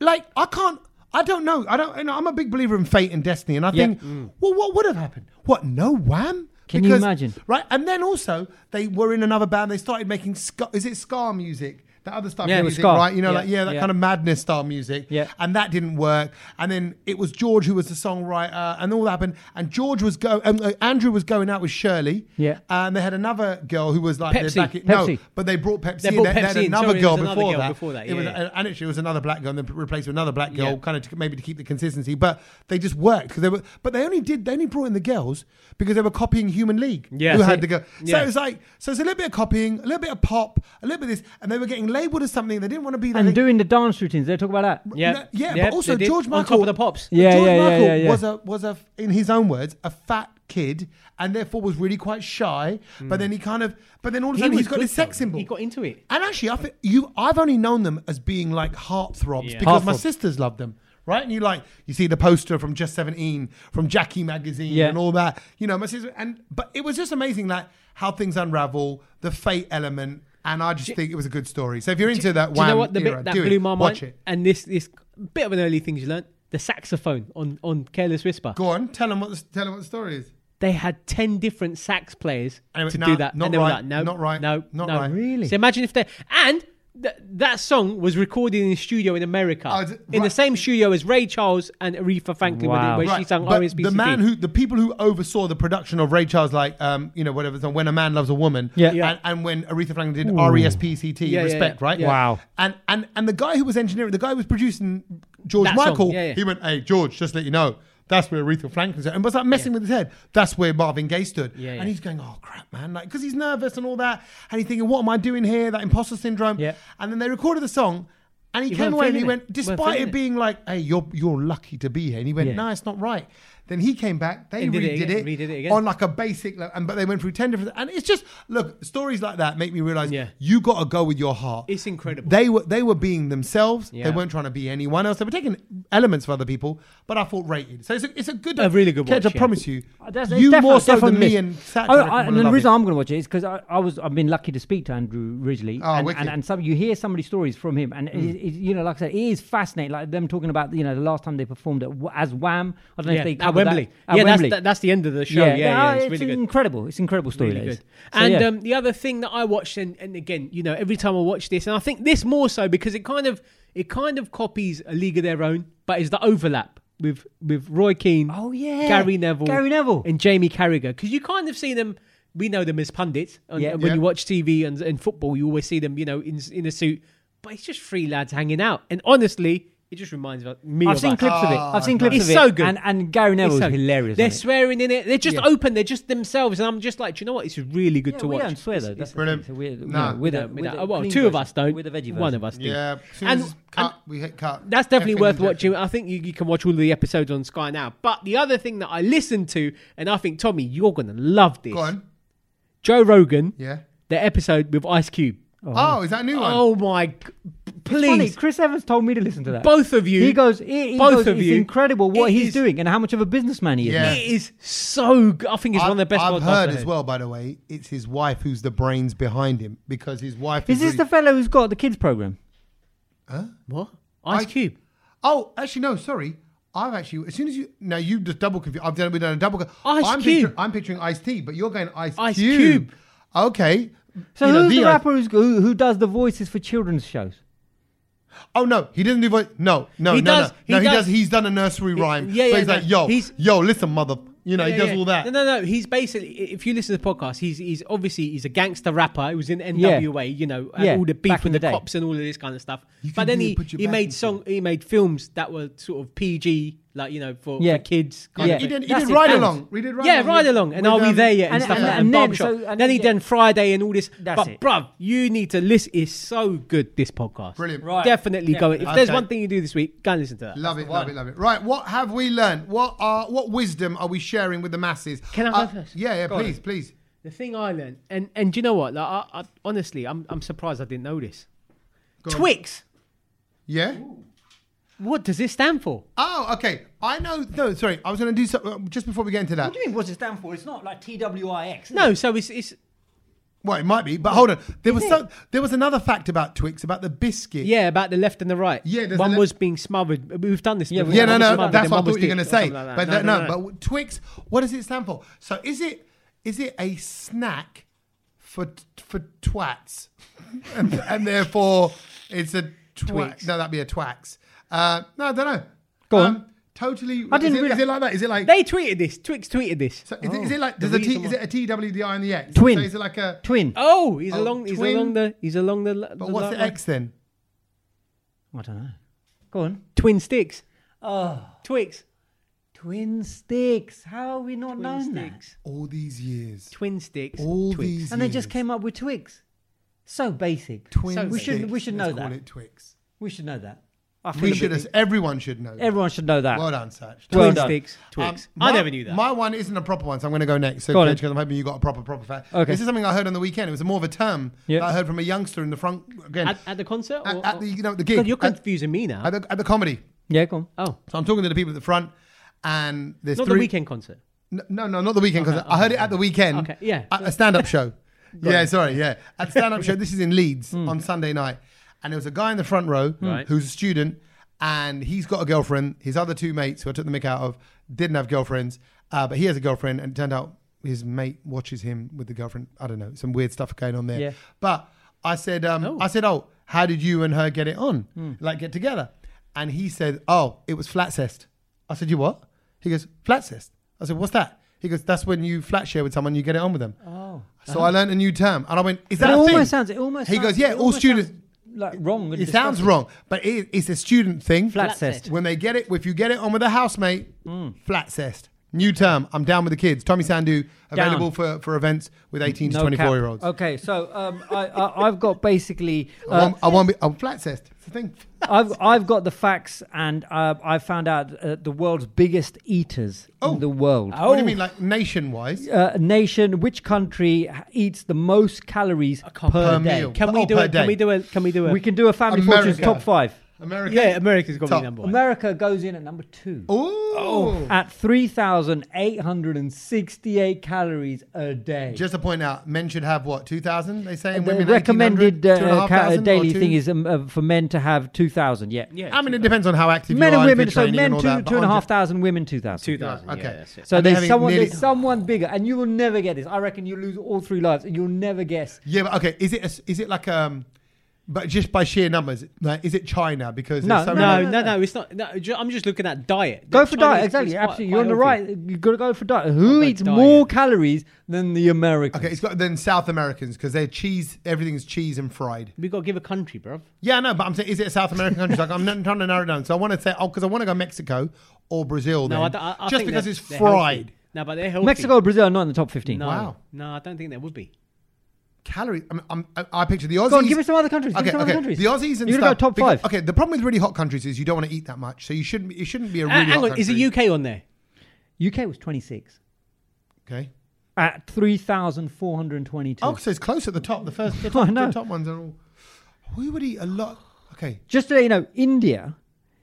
like I can't. I don't know. I don't. You know, I'm a big believer in fate and destiny, and I think, well, what would have happened? What? No wham.
Can you imagine?
Right, and then also they were in another band. They started making ska, is it ska music? That other stuff,
Yeah, it was
music,
ska.
right? You know,
Yeah,
like yeah, that
yeah.
kind of madness style music.
Yeah.
and that didn't work. And then it was George who was the songwriter, and all that happened. And George was go, um, uh, Andrew was going out with Shirley.
Yeah.
and they had another girl who was like they're
Pepsi.
back in- No,
Pepsi.
but they brought Pepsi.
They
in.
brought
they had
Pepsi in.
another
Sorry,
girl
there's another
before
girl
that.
before that,
It was-
yeah, yeah.
and actually it was another black girl and then replaced with another black girl
Yeah.
kind of to, maybe to keep the consistency but they just worked because they were but they only did they only brought in the girls because they were copying human league
Yeah.
who had the girl so
Yeah.
it was like so it's a little bit of copying a little bit of pop a little bit of this and they were getting labeled as something they didn't want to be
and
they-
doing the dance routines. They talk about that.
Yeah,
No, yeah,
Yep,
but also
they did.
George
on
Michael
top of the pops.
Yeah,
George
yeah, yeah,
Michael
yeah, yeah.
was a was a in his own words a fat kid and therefore was really quite shy but then he kind of but then all of a
Mm. He
sudden
was
he's got
good,
his sex
though.
symbol
He got into it.
and actually, I think you, I've only known them as being like heartthrobs
Yeah.
because my
Heartthrob.
sisters love them, right? And you like you see the poster from Just Seventeen, from Jackie magazine,
Yeah.
and all that. You know, my sister, and but it was just amazing, like how things unravel, the fate element, and I just think it was a good story. So if you're into that,
Do you
wham
know what the
era,
bit that
do
blew
it.
my mind?
Watch it.
And this this bit of an early thing you learnt the saxophone on on Careless Whisper.
Go on, tell them what the, tell them what the story is.
They had ten different sax players
And they
to
went,
do
"Nah,
that,
not
and they were
right,
like, "No,
not right,
no,
not
no."
right."
Really?
So imagine if they and. Th- that song was recorded in a studio in America,
Oh, d-
in the
right.
same studio as Ray Charles and Aretha Franklin, when they-
Wow.
where she
Right,
sang
but
RSPCB.
the man who the people who oversaw the production of Ray Charles, like um, you know whatever, so when a man loves a woman,
Yeah.
Yeah.
And, and when Aretha Franklin did R E S P C T,
Yeah, yeah,
respect,
yeah.
right?
Yeah.
Wow.
And and and the guy who was engineering, the guy who was producing George
That song,
Michael,
yeah, yeah.
he went, "Hey George, just let you know." That's where Aretha Franklin's at. And was that messing with his head? That's where Marvin Gaye stood.
Yeah, yeah.
And he's going, oh, crap, man. Like, because he's nervous and all that. And he's thinking, what am I doing here? That imposter syndrome.
Yeah.
And then they recorded the song. And he
You
came
weren't
away and he
feeling it.
went,
You weren't
despite
feeling
it
it.
being like, hey, you're, you're lucky to be here. And he went,
Yeah.
no, it's not right. Then he came back. They
And did it
redid
again,
it,
redid it again.
on like a basic level. And, but they went through 10 different. And it's just, look, stories like that make me realize
Yeah.
you got to go with your heart.
It's incredible.
They were, they were being themselves.
Yeah.
They weren't trying to be anyone else. They were taking elements of other people, but I thought rated. So it's a, it's a good
A really good
Ted,
watch,
I
yeah. Uh,
promise you.
That's- it's
you
definitely-
more so than
definitely
me
missed.
and Sat.
Oh,
Derek
I,
will
and the
love
reason
it.
I'm going to watch it is because I, I was I've been lucky to speak to Andrew originally,
Oh,
and,
wicked. Mm.
and and some you hear somebody stories from him, and it, it, you know, like I said, it is fascinating. Like them talking about you know the last time they performed at, Wh- as Wham. I don't know
yeah,
if they
at
covered that.
Wembley.
At
yeah,
Wembley.
That's, that, that's the end of the show. Yeah, yeah, it's, really good.
incredible. It's incredible story.
Really
that is.
good.
So,
and
yeah.
um, the other thing that I watched, and, and again, you know, every time I watch this, and I think this more so because it kind of it kind of copies a League of Their Own, but is the overlap with with Roy Keane,
Oh, yeah.
Gary Neville,
Gary Neville.
and Jamie Carragher, because you kind of see them. We know them as pundits, and,
Yeah.
and when
Yeah.
you watch TV and, and football, you always see them, you know, in in a suit. But it's just three lads hanging out, and honestly, it just reminds me.
I've
of
seen
us.
clips of it.
Ah,
I've seen clips
it's
of it.
so good.
And, and Gary Neville's
It's so-
hilarious.
They're
on it.
swearing in it. They're just
Yeah.
open. They're just themselves, and I'm just like, do you know what? It's really good
Yeah,
to
we
watch.
don't swear though.
It's-
That's
it's-
Brilliant.
The thing. So we're,
Nah.
no, with a,
we
with
don't-
a
well,
clean
two of
version,
us don't.
With a veggie version.
One of us. do.
Yeah, as soon
And-
as it's cut, we hit cut.
That's definitely
Everything
worth
is different.
watching. I think you, you can watch all the episodes on Sky now. But the other thing that I listened to, and I think Tommy, you're gonna love this.
Go on.
Joe Rogan,
Yeah.
the episode with Ice Cube.
Oh, is that a new one?
Oh my, g-
Funny,
please,
Chris Evans told me to listen to that.
both of you.
He goes. He, he
both
goes,
of
it's
you.
incredible what
It
he's
is-
doing and how much of a businessman he is.
Yeah.
man.
It is so. good. I think it's
I've,
one of the best.
I've
podcasts
heard
I've
as well, by the way, it's his wife who's the brains behind him because his wife
Is
is.
this
really-
the fellow who's got the kids program?
What? Ice
I-
Cube.
oh, actually, no, sorry. I've actually, as soon as you, no, you just double confused. I've done, we've done a double.
Ice
I'm
Cube.
picturing- I'm picturing Ice T, but you're going Ice,
Ice Cube.
Okay.
So
You know,
who's the,
Ice-
rapper who's, who who does the voices for children's shows?
Oh no, he doesn't do voice. No, no,
He
no,
does-
no, no.
he
He does.
does-
He's done a nursery rhyme.
yeah, yeah,
But he's
no,
like, yo,
he's-
yo, listen, mother. You know,
Yeah,
he does
yeah.
all that.
No, no, no. He's basically, if you listen to the podcast, he's he's obviously he's a gangster rapper. He was in NWA, you know, and
Yeah,
all the
back
beef with
in the
the,
day.
cops and all of this kind of stuff.
You
But
can
then
do it,
he
put your
he
back
made
into
song, he made films that were sort of PG, like you know, for,
Yeah.
for kids. Kind
Yeah.
of
He
thing.
did, he
That's
did
it.
ride
And-
along. He did ride
yeah,
along.
ride
with-
along, and
with,
Are We
um,
There Yet, and,
and-
stuff
and-
like that,
and then-
Barbershop.
so- and
then he
yeah.
done Friday and all this.
That's
but
it.
bruv, you need to listen. It's so good. This podcast,
Brilliant.
Right.
Definitely go. If there's
Okay.
one thing you do this week, go and listen to that.
Love it, love it, love it. Right, what have we learned? What are what wisdom are we sharing with the masses?
Can I go
Uh,
first?
Yeah, yeah,
Go on.
please, please.
The thing I learned, and and do you know what? Like, I, I, honestly, I'm I'm surprised I didn't know this.
Go on.
Twix.
Yeah.
What does it stand for?
Oh, okay. I know. No, sorry. I was going to do something just before we get into that.
you mean? What's it stand for? It's not like T W I X.
No, so it's it's
Well, it might be, but hold on. There was so, there was another fact about Twix about the biscuit.
Yeah, about the left and the right.
Yeah, there's a
one
le-
was being smothered. We've done this. before.
Yeah,
One
no,
was
no,
smothered
that's
and
what I
one was
thought you were going to
dipped or
say.
something like
But
that.
no, no, but Twix, what does it stand for? So is it is it a snack for for twats, and, and therefore it's a twat?
Twix.
No, that'd be a twax. Uh, no, I don't know. Um,
Go on.
Totally.
I didn't
is, it,
really-
is it like that? Is it like?
they tweeted this. Twix tweeted this.
so is, it, is it like?
The
Does a T?
reason
Is
why-
it a T W the I and the X?
Twin.
So is it like a?
Twin.
Oh, he's
Oh,
along. He's
twin.
along the. He's along the.
But what's the X then?
I don't know. Go on.
Twin sticks.
Oh,
Twix.
twin sticks. How have we not
Twin
known
sticks.
All these years.
Twin sticks.
All
Twix.
these.
that? And they just
years.
came up with twigs. So basic.
Twin.
So- We
should- we
sticks.
should
Let's
know
Call
that.
it Twix.
We should know that. I feel
We
a
should.
bit-
as- Everyone should know. that.
Everyone should know that.
Well done, Satch.
Well
Twin
done.
sticks. Twix.
Um, my-
I never knew that.
My one isn't a proper one, so I'm going to go next. So
Go on then.
because I'm hoping you got a proper proper fact.
Okay.
This is something I heard on the weekend. It was more of a term
Yeah.
that I heard from a youngster in the front again
at,
at,
at the concert.
at,
or,
the
or-
you know the gig.
God, you're
at,
confusing me now.
at the, at the comedy.
yeah, go on.
oh,
So I'm talking to the people at the front, and there's
not
three.
the weekend concert.
N- No, no, not the weekend because I heard it at the weekend.
Okay, yeah.
At a stand up show. yeah, sorry, yeah. At a stand up show, this is in Leeds on Sunday night. And there was a guy in the front row
Hmm. Right.
who's a student and he's got a girlfriend. His other two mates, who I took the mick out of, didn't have girlfriends, uh, but he has a girlfriend. And it turned out his mate watches him with the girlfriend. I don't know, some weird stuff going on there.
Yeah.
But I said, um, I said, oh, how did you and her get it on?
Hmm.
Like, get together? And he said, oh, it was flat cest. I said, you what? He goes, flat cest. I said, what's that? He goes, that's when you flat share with someone, you get it on with them.
Oh.
So I learned a new term, and I went, is
It
that a
almost
thing?
sounds. It almost.
He
sounds-
goes, yeah,
it
all
almost sounds,
students-
like wrong. and
it sounds
disgusting.
wrong, but it, it's a student thing.
Flat Mm. cest.
When they get it, if you get it on with a housemate, flat cest. New term. I'm down with the kids. Tommy Sandu available for, for events with 18 to
No
24
cap.
year olds.
Okay, so um, I, I, I've got basically.
I,
Uh,
won't, I won't be. I'm flat cest. It's a thing.
I've I've got the facts, and uh, I found out uh, the world's biggest eaters
Oh.
in the world.
What do you mean, like nation wise?
Uh, nation, which country h- eats the most calories per,
Per
day?
meal.
Can
Oh,
we do
per
it? Can
day.
we do it? Can we do it?
We can do a family
America.
fortune's top five.
America.
Yeah, America's got to
Top.
be number one.
America goes in at number two
Ooh. Oh.
at three thousand eight hundred and sixty-eight calories a day.
Just to point out, men should have what? 2,000? They say.
the
And women 1800,
recommended uh, ca-
2,500 or
daily
two?
thing is um, uh, for men to have two thousand. Yeah.
yeah,
I mean, it depends on how active
Men
you are.
and
if
women,
you're
so
training
men
all
two,
that, but
two and a
on-
half thousand, women two thousand.
two thousand.
Okay.
Yeah, that's it.
So
And they're
there's
having
someone,
nearly-
there's someone bigger, and you will never get this. I reckon you lose all three lives, and you'll never guess.
Yeah, but okay. Is it a s is it like um, but just by sheer numbers, like, is it China? Because
No,
there's so
No,
many-
no,
no,
no,
no.
It's not. No, ju- I'm just looking at diet.
Go
The
for
Chinese
diet,
is
exactly.
quite-
Absolutely,
quite
you're on the
healthy.
right. You've got to go for diet. Who
Like
eats
diet.
more calories than the Americans?
Okay, it's got then South Americans because they're cheese. Everything's cheese and fried.
We got to give a country, bruv.
Yeah, no, but I'm saying, is it a South American country? like I'm not trying to narrow it down. So I want to say, oh, because I want to go Mexico or Brazil.
No,
then,
I, don't- I, I
just
think
because
they're-
it's
they're healthy.
fried
No, but they're healthy.
Mexico, Brazil are not in the top fifteen.
No,
Wow.
no, I don't think there would be.
calories. I, mean, I'm, I, I picture the Aussies.
Go on, give me some other countries. Give me
Okay,
some
okay.
other countries.
The Aussies and
You're
stuff.
gonna go top
because-
five.
Okay, the problem with really hot countries is you don't want to eat that much, so you shouldn't. It shouldn't be a
Uh,
really
hang
hot
on,
country.
is the UK on there?
UK was twenty-six
Okay.
at three thousand four hundred twenty-two.
Oh, so it's close at the top. The first, the
I
top,
know.
the top ones are all. Who would eat a lot? Okay,
Just to let you know, India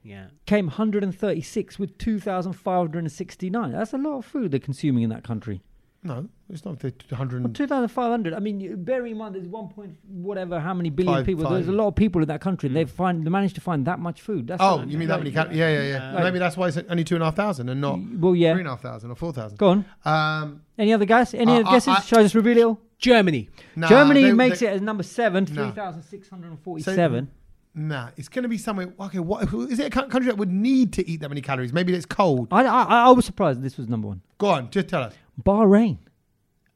Yeah.
came 136 with 2,569. That's a lot of food they're consuming in that country.
no, it's not the
Well,
100.
2,500. I mean, you- bear in mind there's one point whatever how many billion
Five-
people. There's a
five. Hmm.
lot of people in that country. and They find they managed to find that much food. That's
Oh,
not-
you mean that
like-
many calories? Yeah, yeah, yeah.
Uh,
Maybe that's why it's only two and a half thousand and not
Well, yeah.
three and a half thousand or four thousand.
Go on.
Um,
Any other guess? Any
Uh,
other
I-
guesses?
I-
Should I just reveal it all?
Germany.
nah,
Germany
they-
makes
they-
it as number seven,
Nah.
3,647.
Nah, it's going to be somewhere. Okay, what who- is it? A coun- country that would need to eat that many calories? Maybe it's cold.
I, I, I was surprised this was number one.
Go on, just tell us.
Bahrain,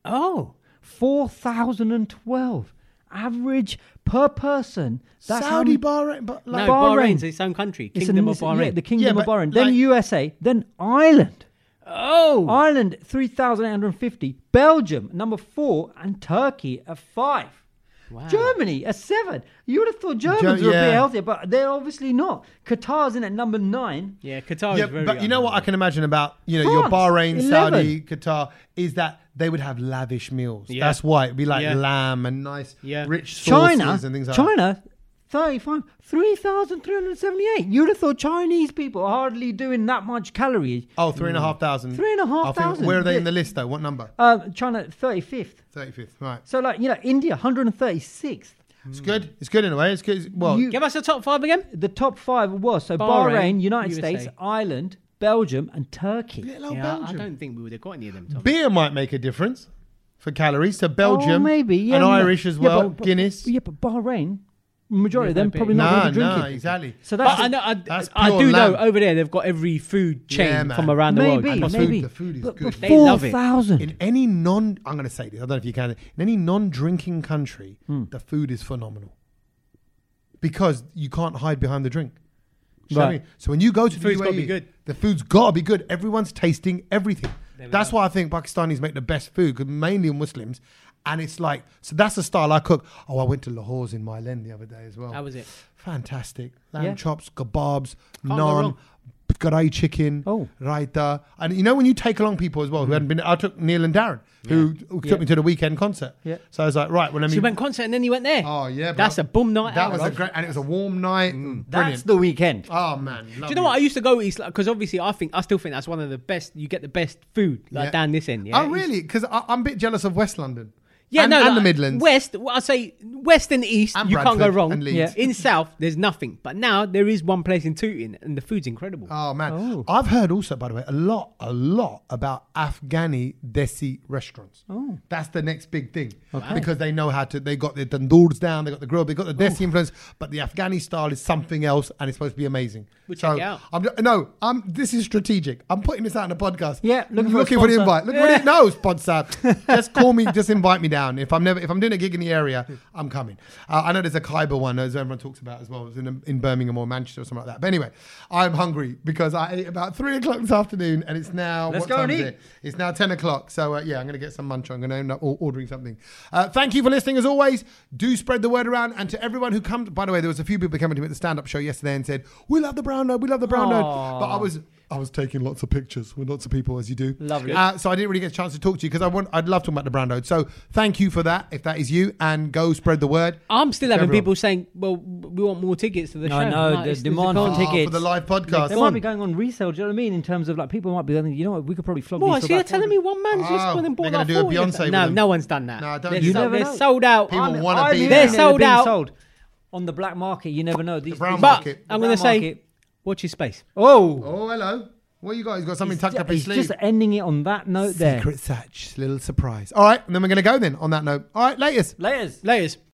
Oh,
4,012. Average per person. That's how
Saudi
many-
Bahrain, but like,
no,
Bahrain.
Bahrain's its own country.
It's
Kingdom
an-
of Bahrain.
yeah, the Kingdom
Yeah,
of
but,
Bahrain. Then
like-
USA. Then Ireland.
oh,
Ireland, 3,850. Belgium, number four. And Turkey, at five.
Wow.
Germany, at seven. You would have thought Germans
Ger-
were a bit
yeah.
healthier, but they're obviously not. Qatar's in at number nine.
yeah, Qatar
yeah,
is Oh, very.
but you know what I can imagine about you know your Bahrain,
France,
Saudi, Qatar is that they would have lavish meals.
Yeah.
That's why it'd be like
Yeah.
lamb and nice,
Yeah.
rich sauces
China,
and things like that.
China, 35, 3,378. You'd have thought Chinese people are hardly doing that much calories.
Oh, three and a half thousand.
Three and a half
I think-
thousand.
Where are they in
Yeah.
the list though? What number?
Um, China, 35th.
Thirty fifth. Right.
So, like, you know, India, 136th.
It's
Hmm.
good. It's good in a way. It's good. It's- Well,
You-
Give us the top five again.
The top five was so Bahrain,
Bahrain,
United
USA.
States, Ireland, Belgium, and Turkey.
little old
Yeah, I
Oh, Belgium.
don't think we would have got any of them. Tom.
Beer might make a difference for calories. So Belgium,
Oh, maybe. Yeah,
and
no.
Irish as
Yeah,
well.
but- but-
Guinness.
Yeah, but Bahrain, majority of
Yeah,
them
no
probably
beer.
not
Nah,
going to drink
nah,
it.
exactly.
So
But
that's
I know. I,
that's
I
pure
do know
lamb.
over there they've got every food chain
Yeah, man.
from around the world.
maybe,
And
the food-
maybe.
the food is
but,
good.
They
Four
love it.
thousand.
In any non, I'm going to say this. I don't know if you can. In any non-drinking country,
Hmm.
the food is phenomenal because you can't hide behind the drink. Do you know what I
Right.
mean? So when you go to the
food's gotta
UAE,
be good.
the food's got to be good. Everyone's tasting everything.
There we
That's
go.
why I think Pakistanis make the best food, 'cause mainly Muslims. And it's like, so that's the style I cook. Oh, I went to Lahore's in Milan the other day as well.
How was it?
Fantastic. Lamb
Yeah.
chops, kebabs,
go
naan,
wrong.
garai chicken,
Oh.
raita. And you know when you take along people as well
Mm.
who hadn't been, I took Neil and Darren, who took
Yeah.
me to the weekend concert.
Yeah.
So I was like, right, well, I
So
mean,
you went concert and then you went there.
oh yeah, bro.
that's a boom night.
That
out,
was
bro.
a great, and it was a warm night.
That's
Brilliant.
the weekend.
oh man,
Do you know what I used to go East because obviously I think I still think that's one of the best. You get the best food like
Yeah.
down this end. Yeah?
oh really? Because I'm a bit jealous of West London.
Yeah,
and,
no,
and
like,
the Midlands.
West, well, I say West and East,
And
you can't go
Bradford
wrong.
and Leeds.
Yeah.
In South, there's nothing, but now there is one place in Tooting, and the food's incredible.
Oh man,
Oh.
I've heard also, by the way, a lot, a lot about Afghani desi restaurants.
Oh.
That's the next big thing because they know how to. They got the tandoors down, they got the grill, they got the desi influence, but the Afghani style is something else, and it's supposed to be amazing.
We'll
so
check it out.
I'm ju- no, I'm. This is strategic. I'm putting this out in the podcast.
Yeah, looking for a
the
sponsor.
invite. Looking for the, no sponsor. just call me. Just invite me down. If I'm never, if I'm doing a gig in the area, I'm coming. Uh, I know there's a Khyber one as everyone talks about as well. It's in, in Birmingham or Manchester or something like that. But anyway, I'm hungry because I ate about three o'clock this afternoon, and it's now.
Let's
what
go
time
and
is
eat.
it? It's now 10 o'clock. So, uh, yeah, I'm going to get some munch. I'm going to end up or- ordering something. Uh, thank you for listening. As always, do spread the word around. And to everyone who comes, by the way, there was a few people that came to me at the stand up show yesterday and said, We love the brown note. We love the brown note. But I was. I was taking lots of pictures with lots of people, as you do.
Lovely.
Uh, so I didn't really get a chance to talk to you because I want. I'd love talking about the brown note. So thank you for that. If that is you, and go spread the word.
I'm still having
Everyone.
people saying, "Well, we want more tickets to the
No,
show."
no,
Like,
the
it's- it's
demand
gone.
for tickets.
Ah, for the live podcast.
They might be going on resale. Do you know what I mean? In terms of like people might be going, you know what, we could probably flog
Why?
these
So
for
you're
about
telling me one man's just
Oh,
gone and bought
they're gonna
like
do a
40 or
Beyonce
something?
with
No,
them.
no one's done that.
No, don't
they're
do
so-
that.
they're
You never know.
sold out.
People
I'm-
wanna
I-
be there.
they're sold out.
on the black market. You never know. These
brown
these-
But
market.
I'm
Brown
going to say,
market.
watch your space.
oh,
Oh, hello. What you got? He's got something tucked
ju-
up his
it's
sleeve.
just ending it on that note there.
Secret Satch, little surprise. All right, and then we're going to go then on that note. All right, latest.
Layers.
Layers.